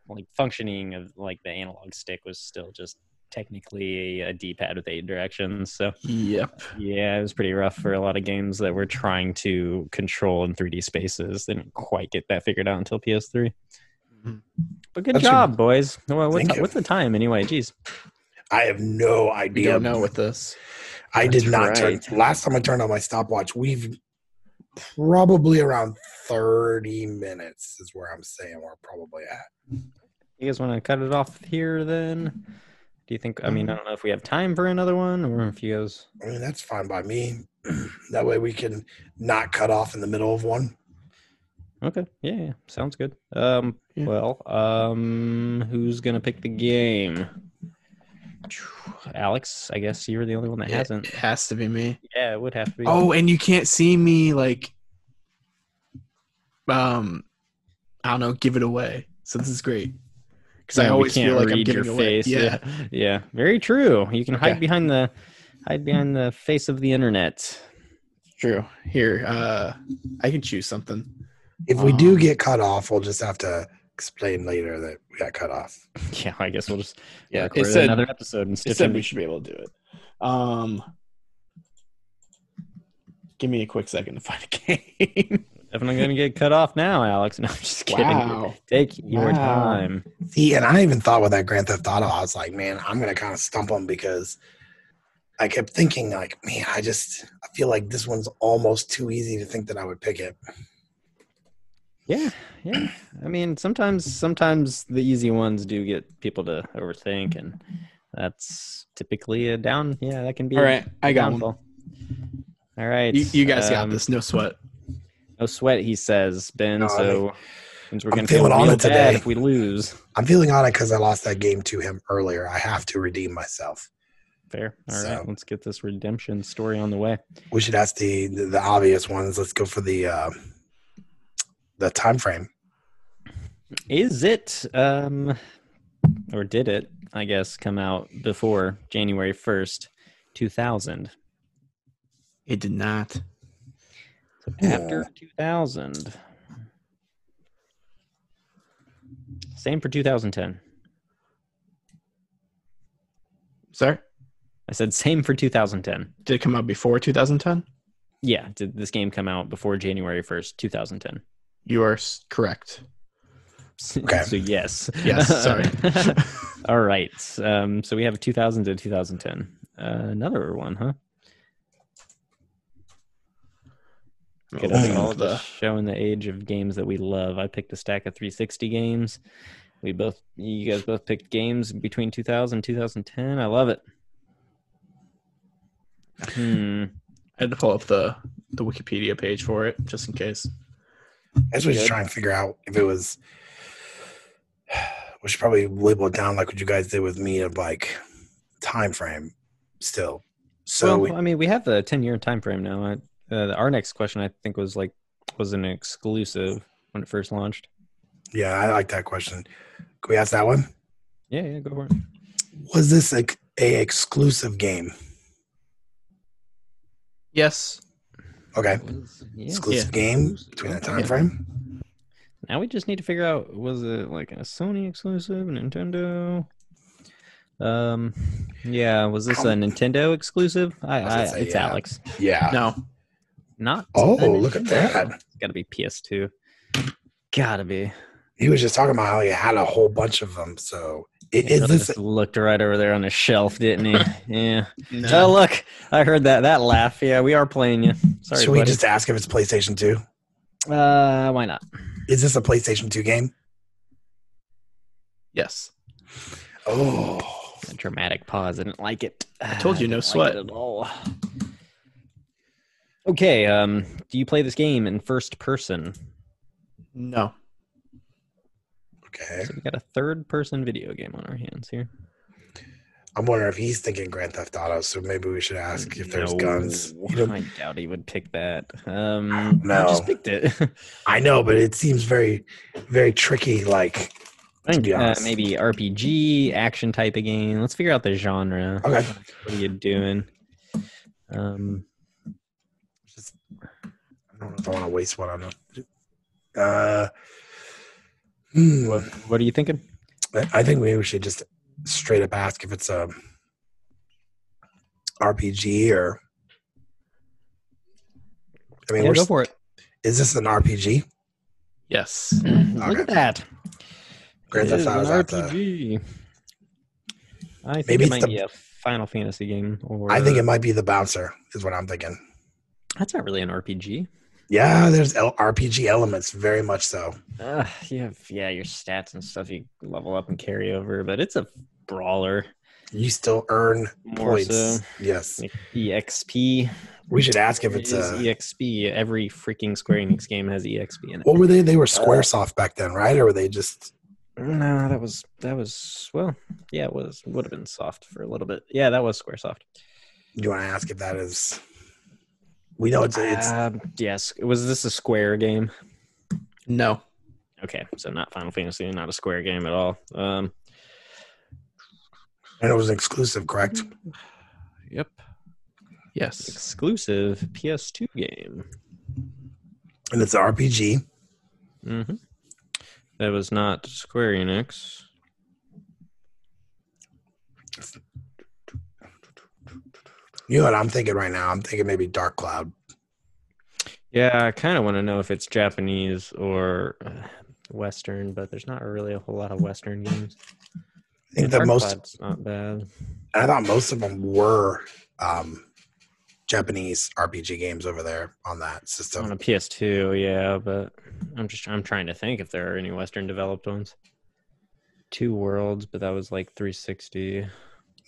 S3: like functioning of like the analog stick was still just technically a, a D-pad with eight directions. So
S1: Yep.
S3: yeah, it was pretty rough for a lot of games that were trying to control in 3D spaces. They didn't quite get that figured out until PS3.
S1: Mhm.
S3: But good
S2: That's a-
S3: job, boys. Well, what's,
S2: Thank you.
S3: what's the time anyway? Jeez.
S2: I have no
S1: We
S2: idea.
S1: don't know with this.
S2: I did
S1: That's
S2: not
S1: right.
S2: turn. Last time I turned on my stopwatch, we've probably around 30 minutes is where I'm saying we're probably at.
S3: You guys want to cut it off here then? Do you think? I mean, I
S1: Mm-hmm.
S3: don't know if we have time for another one or if you guys.
S2: I mean, that's fine by me. that way we can not cut off in the middle of one.
S3: Okay. Yeah. yeah, Sounds good. Um.
S1: Yeah.
S3: Well. Um. Who's gonna pick the game? Alex. I guess you were the only one that
S1: It,
S3: hasn't.
S1: has to be me.
S3: Yeah. It would have to be.
S1: Oh, and you can't see me like um I don't know, give it away. So this is great. Cuz I
S3: We
S1: always
S3: can't
S1: feel like I'm
S3: read your
S1: giving away.
S3: face. Yeah. yeah. Very true. You can hide
S1: Okay.
S3: behind the hide behind the face of the internet.
S1: True. Here, uh, I can choose something.
S2: If we do
S1: Um,
S2: get cut off, we'll just have to explain later that we got cut off.
S3: Yeah. I guess we'll just
S1: it
S3: record
S1: said
S3: another episode and
S1: it
S3: stitch
S1: said
S3: it.
S1: we should be able to do it. Um, give me a quick second to find a game.
S3: Definitely gonna get cut off now, Alex. No, I'm just kidding. Take
S1: Wow.
S3: your time.
S2: See, and I even thought with that Grand Theft Auto, I was like, man, I'm going to kind of stump them because I kept thinking, like, man, I just, I feel like this one's almost too easy to think that I would pick it.
S3: Yeah, yeah. I mean, sometimes sometimes the easy ones do get people to overthink, and that's typically a down. Yeah, that can be.
S1: All right, I got one.
S3: downfall. All right,
S1: You, you guys got
S3: um,
S1: this. No sweat.
S3: No sweat, he says, Ben.
S2: No, I
S3: so means we're
S2: I'm
S3: gonna
S2: feeling
S3: feel
S2: on
S3: real
S2: it today.
S3: bad if we lose.
S2: I'm feeling on it because I lost that game to him earlier. I have to redeem myself.
S3: Fair. All
S2: So-
S3: right, let's get this redemption story on the way.
S2: We should ask the the, the obvious ones. Let's go for the uh, the time frame.
S3: Is it um or did it, I guess, come out before January first, two thousand?
S1: It did not.
S3: So after 2000. Same for 2010.
S1: Sorry,
S3: I said same for 2010.
S1: did it come out before 2010?
S3: Yeah, did this game come out before January 1st, 2010?
S1: You are s- correct.
S2: Okay.
S3: so yes.
S1: Yes, sorry.
S3: All right. Um, so we have 2000 to 2010. Uh, another one, huh? Could
S1: Oh,
S3: have
S1: all
S3: been
S1: the-
S3: showing the age of games that we love. I picked a stack of 360 games. We both, you guys both picked games between 2000 and 2010. I love it. Hmm.
S1: I had to pull up the the Wikipedia page for it just in case.
S2: I was just
S1: Good.
S2: trying to figure out if it was. We should probably label it down like what you guys did with me of like time frame still. So
S3: well, I mean, we have the 10 year time frame now. I, uh, our next question, I think, was like, was an exclusive when it first launched.
S2: yeah, I like that question. Can we ask that one?
S3: Yeah, yeah, go for it.
S2: Was this a, a exclusive game?
S1: Yes.
S2: Okay,
S3: Yeah.
S2: exclusive game between that time frame.
S3: Now we just need to figure out was it like a Sony exclusive, Nintendo? Um, yeah, was this a
S2: Um,
S3: Nintendo exclusive? I,
S2: was gonna
S3: I,
S2: say,
S3: it's
S2: yeah.
S3: Alex.
S2: Yeah.
S1: No.
S3: Not.
S2: Oh,
S3: a
S2: look at
S3: Nintendo.
S2: that.
S3: It's got to be PS2. Gotta be.
S2: He was just talking about how he had a whole bunch of them. So i-
S3: He
S2: is this
S3: just looked right over there on the shelf, didn't he? yeah. Oh,
S1: No.
S3: look, I heard that that laugh. Yeah, we are playing you. Sorry,
S2: should we
S3: buddy.
S2: just ask if it's PlayStation 2?
S3: Uh, why not?
S2: Is this a PlayStation 2 game?
S1: Yes.
S2: Oh.
S3: A dramatic pause. I didn't like it. I
S1: told you, no
S3: didn't like
S1: sweat.
S3: it at all. Okay. Um, do you play this game in first person?
S1: No.
S2: Okay.
S3: So we got a third person video game on our hands here.
S2: I'm wondering if he's thinking Grand Theft Auto, so maybe we should ask if there's
S3: No,
S2: guns.
S3: I doubt he would pick that. Um, I
S2: No.
S3: just picked it.
S2: I know, but it seems very, very tricky. Like,
S3: I think
S2: be
S3: uh,
S2: honest.
S3: maybe RPG action type of game. Let's figure out the genre.
S2: okay,
S3: What are you doing? Um,
S2: just, I don't know if I want to waste one on it. Uh, hmm,
S3: what, what are you thinking?
S2: I I think maybe we should just straight up ask if it's a RPG or. I mean,
S3: Yeah,
S2: we're,
S3: go
S2: s-
S3: for it.
S2: is this an RPG?
S1: Yes.
S3: Look at that.
S2: Grand Theft
S3: It is an
S2: Auto is at the.
S3: RPG. I think
S2: Maybe
S3: it
S2: it's
S3: might
S2: the-
S3: be a Final Fantasy game. Or
S2: I think it might be the bouncer. Is what I'm thinking.
S3: that's not really an RPG.
S2: Yeah, there's L- RPG elements, very much so.
S3: Uh, you have yeah, your stats and stuff you level up and carry over, but it's a brawler.
S2: You still earn
S3: More
S2: points.
S3: so.
S2: Yes,
S3: Like E EXP.
S2: we should ask if
S3: There
S2: it's
S3: is
S2: a.
S3: EXP. Every freaking Square Enix game has EXP in it.
S2: What were they? They were
S3: Uh,
S2: SquareSoft back then, right? Or were they just?
S3: No, that was that was well, yeah, it was would have been soft for a little bit. Yeah, that was SquareSoft.
S2: You want to ask if that is? We know it's. it's
S3: Um, yes, was this a Square game?
S1: No.
S3: Okay, so not Final Fantasy, not a Square game at all. Um,
S2: and it was exclusive, correct?
S1: Yep. Yes.
S3: exclusive PS2 game.
S2: And it's an RPG.
S3: Mm-hmm. That was not Square Enix.
S2: You know what I'm thinking right now? I'm thinking maybe Dark Cloud.
S3: Yeah, I kind of want to know if it's Japanese or uh, Western, but there's not really a whole lot of Western games.
S2: I think
S3: Dark
S2: that most.
S3: Cloud's not bad.
S2: I thought most of them were um, Japanese RPG games over there on that
S3: On a
S2: system.
S3: PS2, yeah, but I'm just I'm trying to think if there are any Western developed ones. Two Worlds, but that was like 360.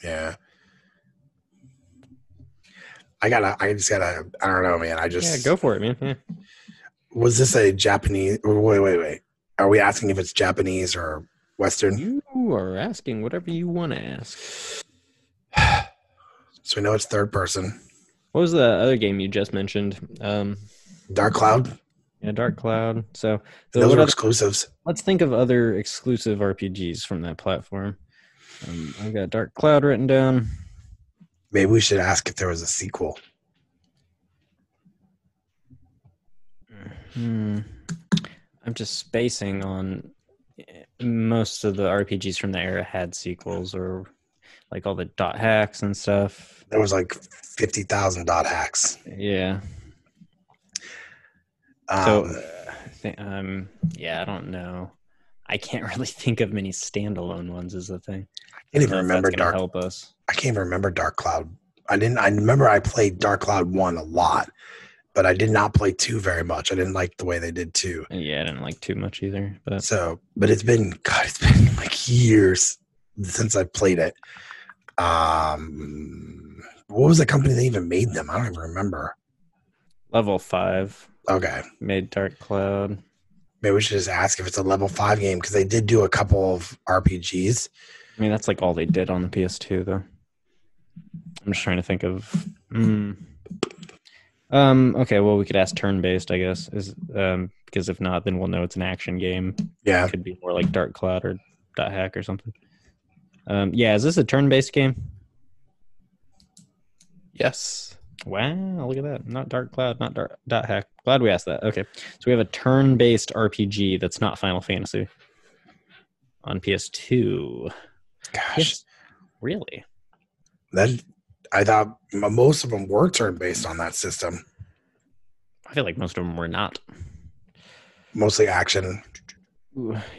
S2: Yeah. I gotta. I just gotta. I don't know, man. I just.
S3: Yeah, go for it, man. Yeah.
S2: was this a Japanese? Wait, wait, wait. Are we asking if it's Japanese or Western?
S3: You are asking whatever you want to ask.
S2: So we know it's third person.
S3: What was the other game you just mentioned? Um,
S2: Dark Cloud.
S3: yeah, Dark Cloud. So, so
S2: Those
S3: what
S2: are
S3: other-
S2: exclusives.
S3: let's think of other exclusive RPGs from that platform. Um, I've got Dark Cloud written down.
S2: Maybe we should ask if there was a sequel.
S3: Hmm. I'm just spacing on eh, most of the RPGs from the era had sequels or like all the dot hacks and stuff.
S2: There was like fifty thousand dot hacks.
S3: Yeah.
S2: Um,
S3: So, uh, I thi- um, yeah, I don't know. I can't really think of many standalone ones. Is the thing.
S2: I can't
S3: I
S2: even
S3: don't know if
S2: remember
S3: that's gonna
S2: Dark.
S3: Help us.
S2: I can't even remember Dark Cloud. I didn't. I remember I played Dark Cloud one a lot, but I did not play two very much. I didn't like the way they did two.
S3: Yeah, I didn't like too much either. But
S2: So, but it's been God, it's been like years since I played it. Um, what was the company that even made them? I don't even remember.
S3: level five
S2: Okay,
S3: made Dark Cloud.
S2: maybe we should just ask if it's a level five game because they did do a couple of RPGs.
S3: I mean, that's like all they did on the PS2, though. I'm just trying to think of. Mm. Um. Okay. Well, we could ask turn-based, I guess. Is um because if not, then we'll know it's an action game.
S2: Yeah,
S3: could be more like Dark Cloud or Dot Hack or something. Um. Yeah. Is this a turn-based game?
S1: Yes.
S3: Wow, look at that. Not Dark Cloud, not Dark Dot Hack. Glad we asked that. Okay. So we have a turn based RPG that's not Final Fantasy on PS2.
S2: gosh,
S3: Yes. Really?
S2: that I thought m- most of them were turn based on that system,
S3: I feel like most of them were not.
S2: mostly action.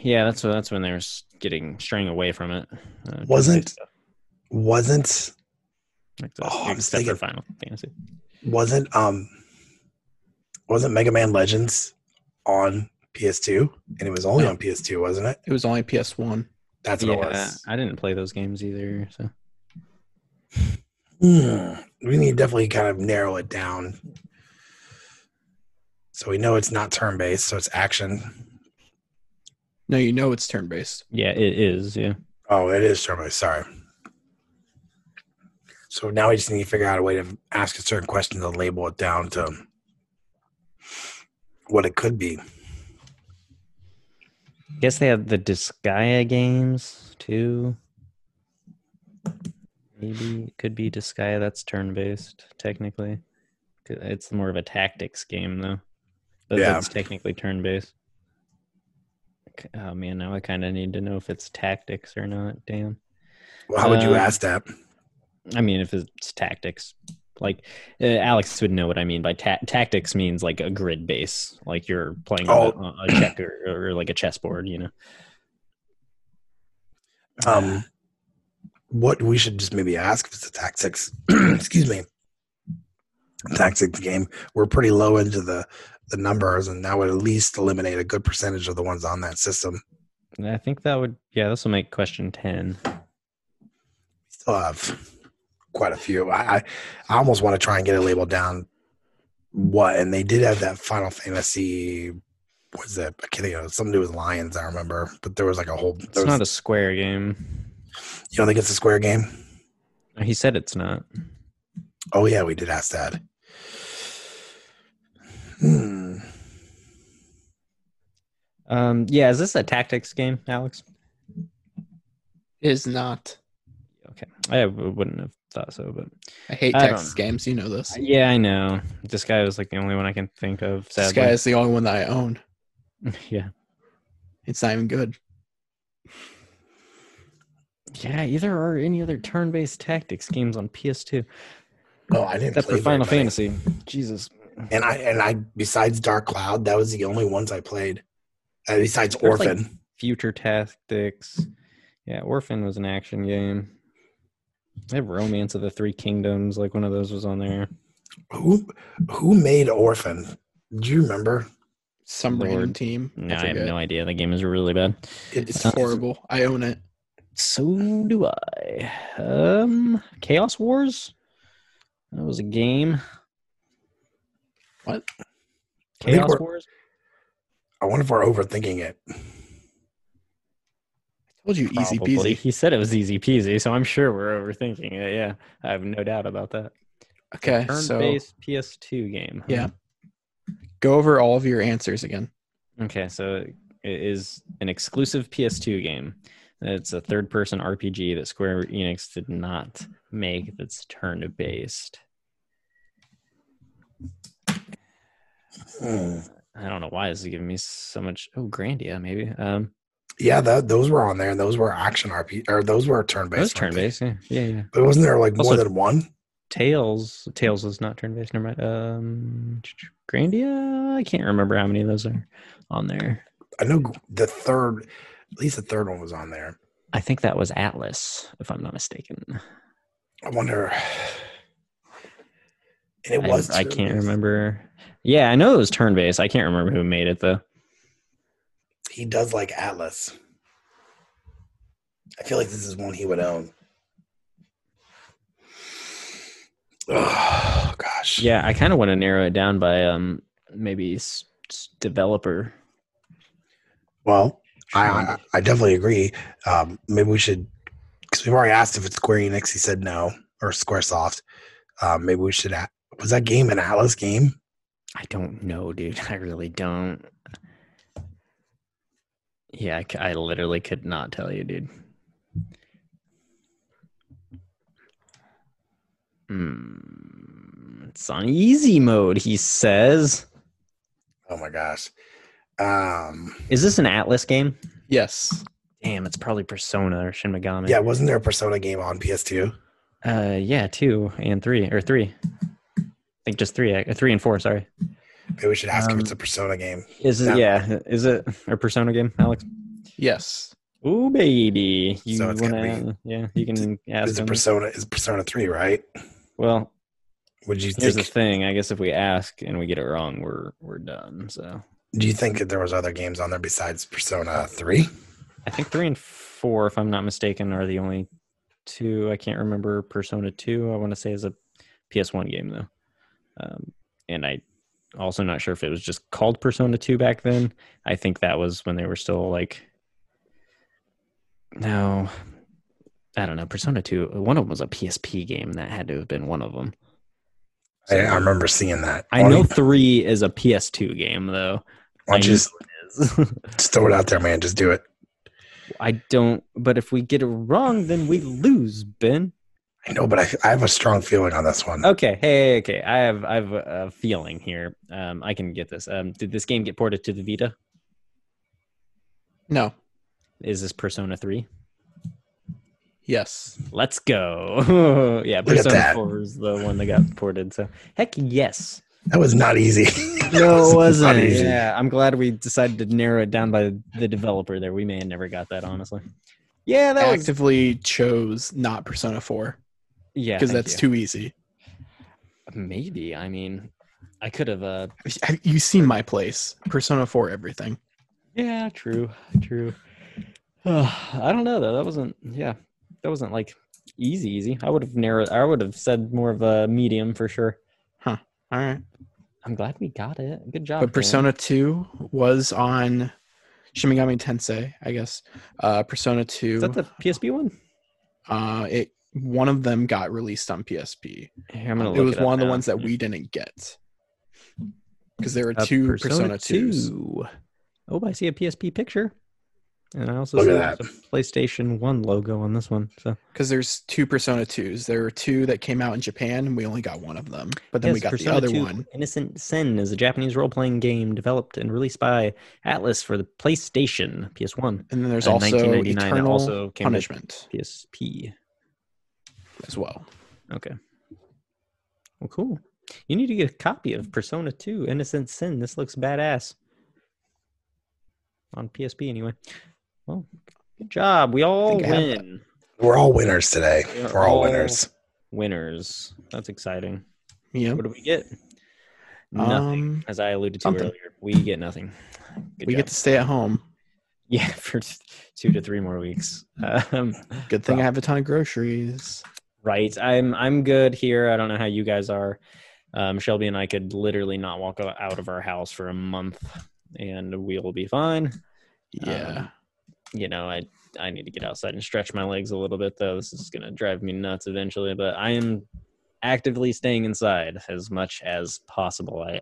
S3: Yeah, that's that's when they were s- getting straying away from it. Uh,
S2: Wasn't- Wasn't
S3: except,
S2: Oh, I was
S3: except for
S2: thinking-
S3: Final Fantasy.
S2: wasn't um wasn't Mega Man Legends on PS2 and it was only on PS2, wasn't it?
S1: It was only PS1.
S2: That's what it
S3: Yeah,
S2: was.
S3: I didn't play those games either. So
S2: Hmm. We need to definitely kind of narrow it down. So we know it's not turn based, so it's action.
S1: No, you know it's turn based.
S3: yeah, it is. Yeah.
S2: Oh, it is turn based, sorry. So now we just need to figure out a way to ask a certain question to label it down to what it could be.
S3: guess they had the Disgaea games too. Maybe it could be Disgaea. That's turn based, technically. 'Cause It's more of a tactics game, though. But
S2: Yeah.
S3: that's technically turn based. Oh man, now I kind of need to know if it's tactics or not. Damn.
S2: Well, how would you
S3: Uh,
S2: ask that?
S3: I mean, if it's tactics, like uh, Alex would know what I mean by ta- tactics means like a grid base, like you're playing on a, a checker or like a chessboard, you know.
S2: um what we should just maybe ask if it's a tactics excuse me tactics game we're pretty low into the the numbers and that would at least eliminate a good percentage of the ones on that system
S3: I think that would yeah, this will make question ten.
S2: still have quite a few i i, I almost want to try and get it labeled down what and they did have that final fantasy what is it i can't think of it. something to do with lions i remember but there was like a whole
S3: It's
S2: there was,
S3: not a square game.
S2: you don't think it's a square game
S3: He said it's not.
S2: Oh yeah, we did ask that. Hmm.
S3: Um yeah, is this a tactics game, Alex?
S1: It is not.
S3: Okay. I w- wouldn't have thought so, but
S1: I hate
S3: I don't
S1: Texas games. You know this.
S3: yeah, I know. This guy was like the only one I can think of,
S1: This guy
S3: sadly.
S1: is the only one that I own.
S3: yeah.
S1: It's not even good.
S3: Yeah, either are any other turn based tactics games on PS2.
S2: Oh, I didn't.
S3: Except for
S2: play
S3: Final
S2: very many.
S3: Fantasy. Jesus.
S2: And I and I besides Dark Cloud, that was the only ones I played. Uh, besides
S3: There's, like-
S2: Orphan,
S3: Future Tactics. Yeah, Orphan was an action game. They have Romance of the Three Kingdoms, like one of those was on there.
S2: who who made Orphan? Do you remember?
S1: Some
S3: Lord.
S1: random team.
S3: No, I have
S1: forget.
S3: no idea. The game is really bad.
S1: It's
S3: Uh,
S1: horrible. I own it.
S3: So do I. Um, Chaos Wars. That was a game.
S1: What?
S2: I think
S3: Chaos
S2: we're-
S3: Wars.
S2: I wonder if we're overthinking it.
S1: told you easy
S3: Probably.
S1: peasy.
S3: He said it was easy peasy, so I'm sure we're overthinking it. Yeah, I have no doubt about that.
S1: Okay, so
S3: Turn-based PS2 game. huh?
S1: Yeah. go over all of your answers again.
S3: Okay, so it is an exclusive PS2 game. It's a third person RPG that Square Enix did not make that's turn based.
S2: Hmm.
S3: I don't know why this is giving me so much. Oh, Grandia, maybe. Um,
S2: Yeah, that, those were on there, and those were action RP, or those were turn
S3: that was
S2: based.
S3: turn based. Yeah, yeah, yeah.
S2: But wasn't there like more
S3: Also-
S2: than one?
S3: Tails, Tails was not turn based. Never mind. Um, Grandia, I can't remember how many of those are on there.
S2: I know the third, at least the third one was on there.
S3: I think that was Atlas, if I'm not mistaken.
S2: I wonder. And it
S3: I-
S2: was.
S3: I, can't
S2: turn-based.
S3: remember. Yeah, I know it was turn based. I can't remember who made it though.
S2: He does like Atlas. I feel like this is one he would own. Oh gosh.
S3: Yeah, I kind of want to narrow it down by um maybe s- s- developer.
S2: Well, I I, I definitely agree. Um, maybe we should because we've already asked if it's Square Enix. He said no or SquareSoft. Um, maybe we should. a was that game an Atlas game?
S3: I don't know, dude. I really don't. Yeah, I, c- I literally could not tell you, dude. Hmm. It's on easy mode, he says.
S2: Oh my gosh. Um,
S3: Is this an Atlas game?
S1: Yes.
S3: Damn, it's probably Persona or Shin Megami.
S2: yeah, wasn't there a Persona game on PS2?
S3: Uh, yeah, two and three or three. I think just three, uh, three and four. Sorry.
S2: Maybe we should ask if it's a
S3: Um,
S2: Persona game.
S3: Is it?
S2: Yeah.
S3: Yeah, is it a Persona game, Alex?
S1: Yes.
S3: Ooh, baby. You
S2: So it's gotta
S3: wanna? Yeah, you can ask
S2: Is it
S3: them.
S2: Persona? Is Persona three right?
S3: well,
S2: Would you
S3: here's
S2: think?
S3: the thing. I guess if we ask and we get it wrong, we're we're done. So
S2: Do you think that there was other games on there besides Persona three?
S3: I think three and four, if I'm not mistaken, are the only two. I can't remember Persona two. I want to say is a PS1 game though, um, and I also not sure if it was just called Persona two back then. I think that was when they were still like, no, I don't know. Persona two. One of them was a PSP game, and that had to have been one of them.
S2: I, I remember seeing that.
S3: I
S2: Why
S3: know
S2: don't-
S3: three is a PS2 game though.
S2: Why
S3: I
S2: don't you
S3: knew
S2: just, just throw it out there, man? Just do it.
S3: I don't. But if we get it wrong, then we lose, Ben.
S2: I know, but I, I have a strong feeling on this one.
S3: Okay, hey, okay. I have I have a a feeling here. Um, I can get this. Um, did this game get ported to the Vita?
S1: No.
S3: Is this Persona Three?
S1: Yes.
S3: Let's go. yeah, Persona
S2: that.
S3: Four is the one that got ported. So heck yes.
S2: That was not easy.
S3: No,
S2: it wasn't. Not easy.
S3: Yeah, I'm glad we decided to narrow it down by the developer. There, we may have never got that honestly. Yeah, that
S1: I
S3: was
S1: actively chose not Persona 4
S3: yeah
S1: because
S3: thank
S1: that's
S3: you.
S1: too easy.
S3: Maybe. I mean, I could have. Uh,
S1: Have you seen my place? Persona 4 everything.
S3: yeah, true, true. I don't know though. That wasn't. Yeah, that wasn't like easy, easy. I would have narrowed. I would have said more of a medium for sure.
S1: All right.
S3: I'm glad we got it. Good job.
S1: But Persona 2 was on Shin Megami Tensei, I guess. Uh, Persona 2
S3: Is that the PSP one?
S1: uh it one of them got released on PSP.
S3: Here, I'm gonna
S1: it
S3: look
S1: was
S3: up
S1: one of the
S3: now.
S1: ones that we didn't get. Because there were
S3: Uh,
S1: two Persona, 2s.
S3: 2. Oh, I see a PSP picture, and I also
S2: Look
S3: see
S2: at
S3: there's a PlayStation One logo on this one. So
S1: Because there's two Persona 2s. There were two that came out in Japan and we only got one of them. But then we
S3: Yes,
S1: got
S3: Persona
S1: the other
S3: 2
S1: one.
S3: Innocent Sin is a Japanese role playing game developed and released by Atlas for the PlayStation, PS1.
S1: And then there's
S3: Uh,
S1: also
S3: 1999 that
S1: Eternal
S3: also came to-
S1: Punishment
S3: PSP.
S1: as well.
S3: Okay. Well, cool. You need to get a copy of Persona 2 Innocent Sin. This looks badass. On PSP, anyway. Well, good job. We all
S1: think I have
S3: win.
S2: We're all winners today.
S3: We are
S2: We're all
S3: all-
S2: winners.
S3: Winners. That's exciting.
S1: Yeah.
S3: What do we get? Nothing.
S1: Um,
S3: As I alluded to
S1: something.
S3: earlier, we get nothing. Good
S1: we
S3: job.
S1: get to stay at home.
S3: Yeah, for t- two to three more weeks. Um,
S1: Good thing I have a ton of groceries.
S3: right, I'm I'm good here. I don't know how you guys are. Um, Shelby and I could literally not walk o- out of our house for a month, and we'll be fine.
S1: Yeah.
S3: You know, I I need to get outside and stretch my legs a little bit though. This is gonna drive me nuts eventually, but I am actively staying inside as much as possible. I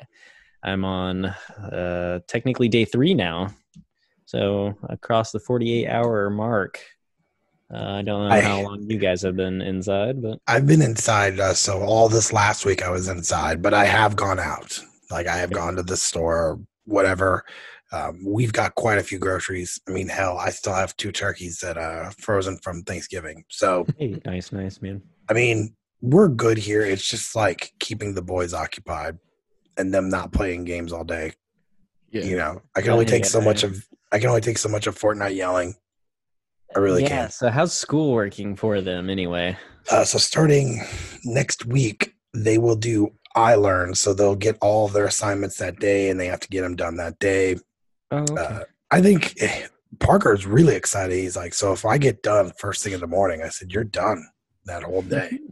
S3: I'm on uh, technically day three now, so across the 48 hour mark. Uh, I don't know
S2: I-
S3: how long you guys have been inside, but
S2: I've been inside. Uh, so all this last week I was inside, but I have gone out. Like I have gone to the store, or whatever. Um, we've got quite a few groceries. I mean, hell, I still have two turkeys that are frozen from Thanksgiving. So
S3: hey, nice, nice man.
S2: I mean, we're good here. It's just like keeping the boys occupied and them not playing games all day.
S1: Yeah.
S2: You know, I can
S3: Yeah,
S2: only
S3: I
S2: take
S3: get
S2: so much
S3: that.
S2: of. I can only take so much of Fortnite yelling. I really
S3: yeah.
S2: can't.
S3: So how's school working for them anyway?
S2: Uh, so starting next week, they will do I learn, so they'll get all of their assignments that day, and they have to get them done that day.
S3: Oh, okay.
S2: Uh, I think eh, Parker's really excited. He's like, so if I get done first thing in the morning, I said, you're done that whole day.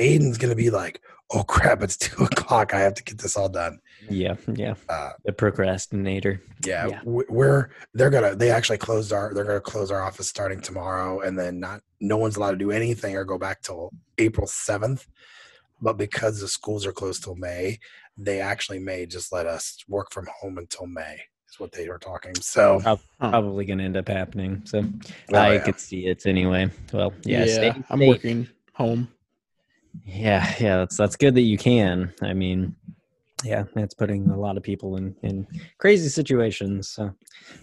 S2: Aiden's gonna be like, oh crap, it's two o'clock. I have to get this all done.
S3: Yeah, yeah.
S2: Uh,
S3: The procrastinator.
S2: yeah,
S3: Yeah.
S2: w- we're they're gonna they actually closed our they're gonna close our office starting tomorrow, and then not no one's allowed to do anything or go back till April seventh. But because the schools are closed till May, they actually may just let us work from home until May is what they were talking. So
S3: Probably going to end up happening. So
S2: Oh,
S3: I
S2: yeah.
S3: could see it anyway. Well, yeah,
S1: yeah,
S3: stay-
S1: I'm
S3: stay-
S1: working home.
S3: Yeah, yeah, that's that's good that you can. I mean, yeah, that's putting a lot of people in in crazy situations. So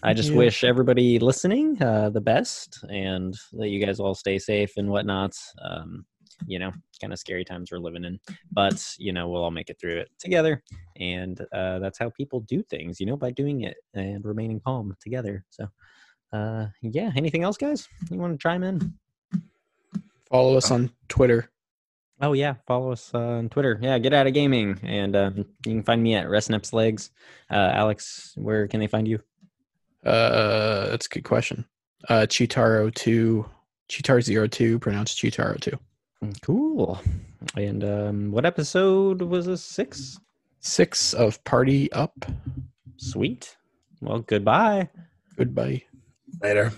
S3: I just
S1: Yeah.
S3: wish everybody listening uh, the best, and that you guys all stay safe and whatnot. Um, you know, kind of scary times we're living in, but you know we'll all make it through it together. And uh, that's how people do things, you know, by doing it and remaining calm together. So. Uh, yeah. Anything else, guys? You want to chime in?
S1: Follow us on Twitter.
S3: Oh yeah, follow us uh, on Twitter. Yeah, get out of gaming, and um, you can find me at Resnaps Legs. Uh, Alex, where can they find you?
S1: Uh, that's a good question. Uh, Chitaro two, Chitar zero two, pronounced Chitaro two.
S3: Cool. And um, what episode was this? Six.
S1: Six of party up.
S3: Sweet. Well, goodbye.
S1: Goodbye.
S2: later.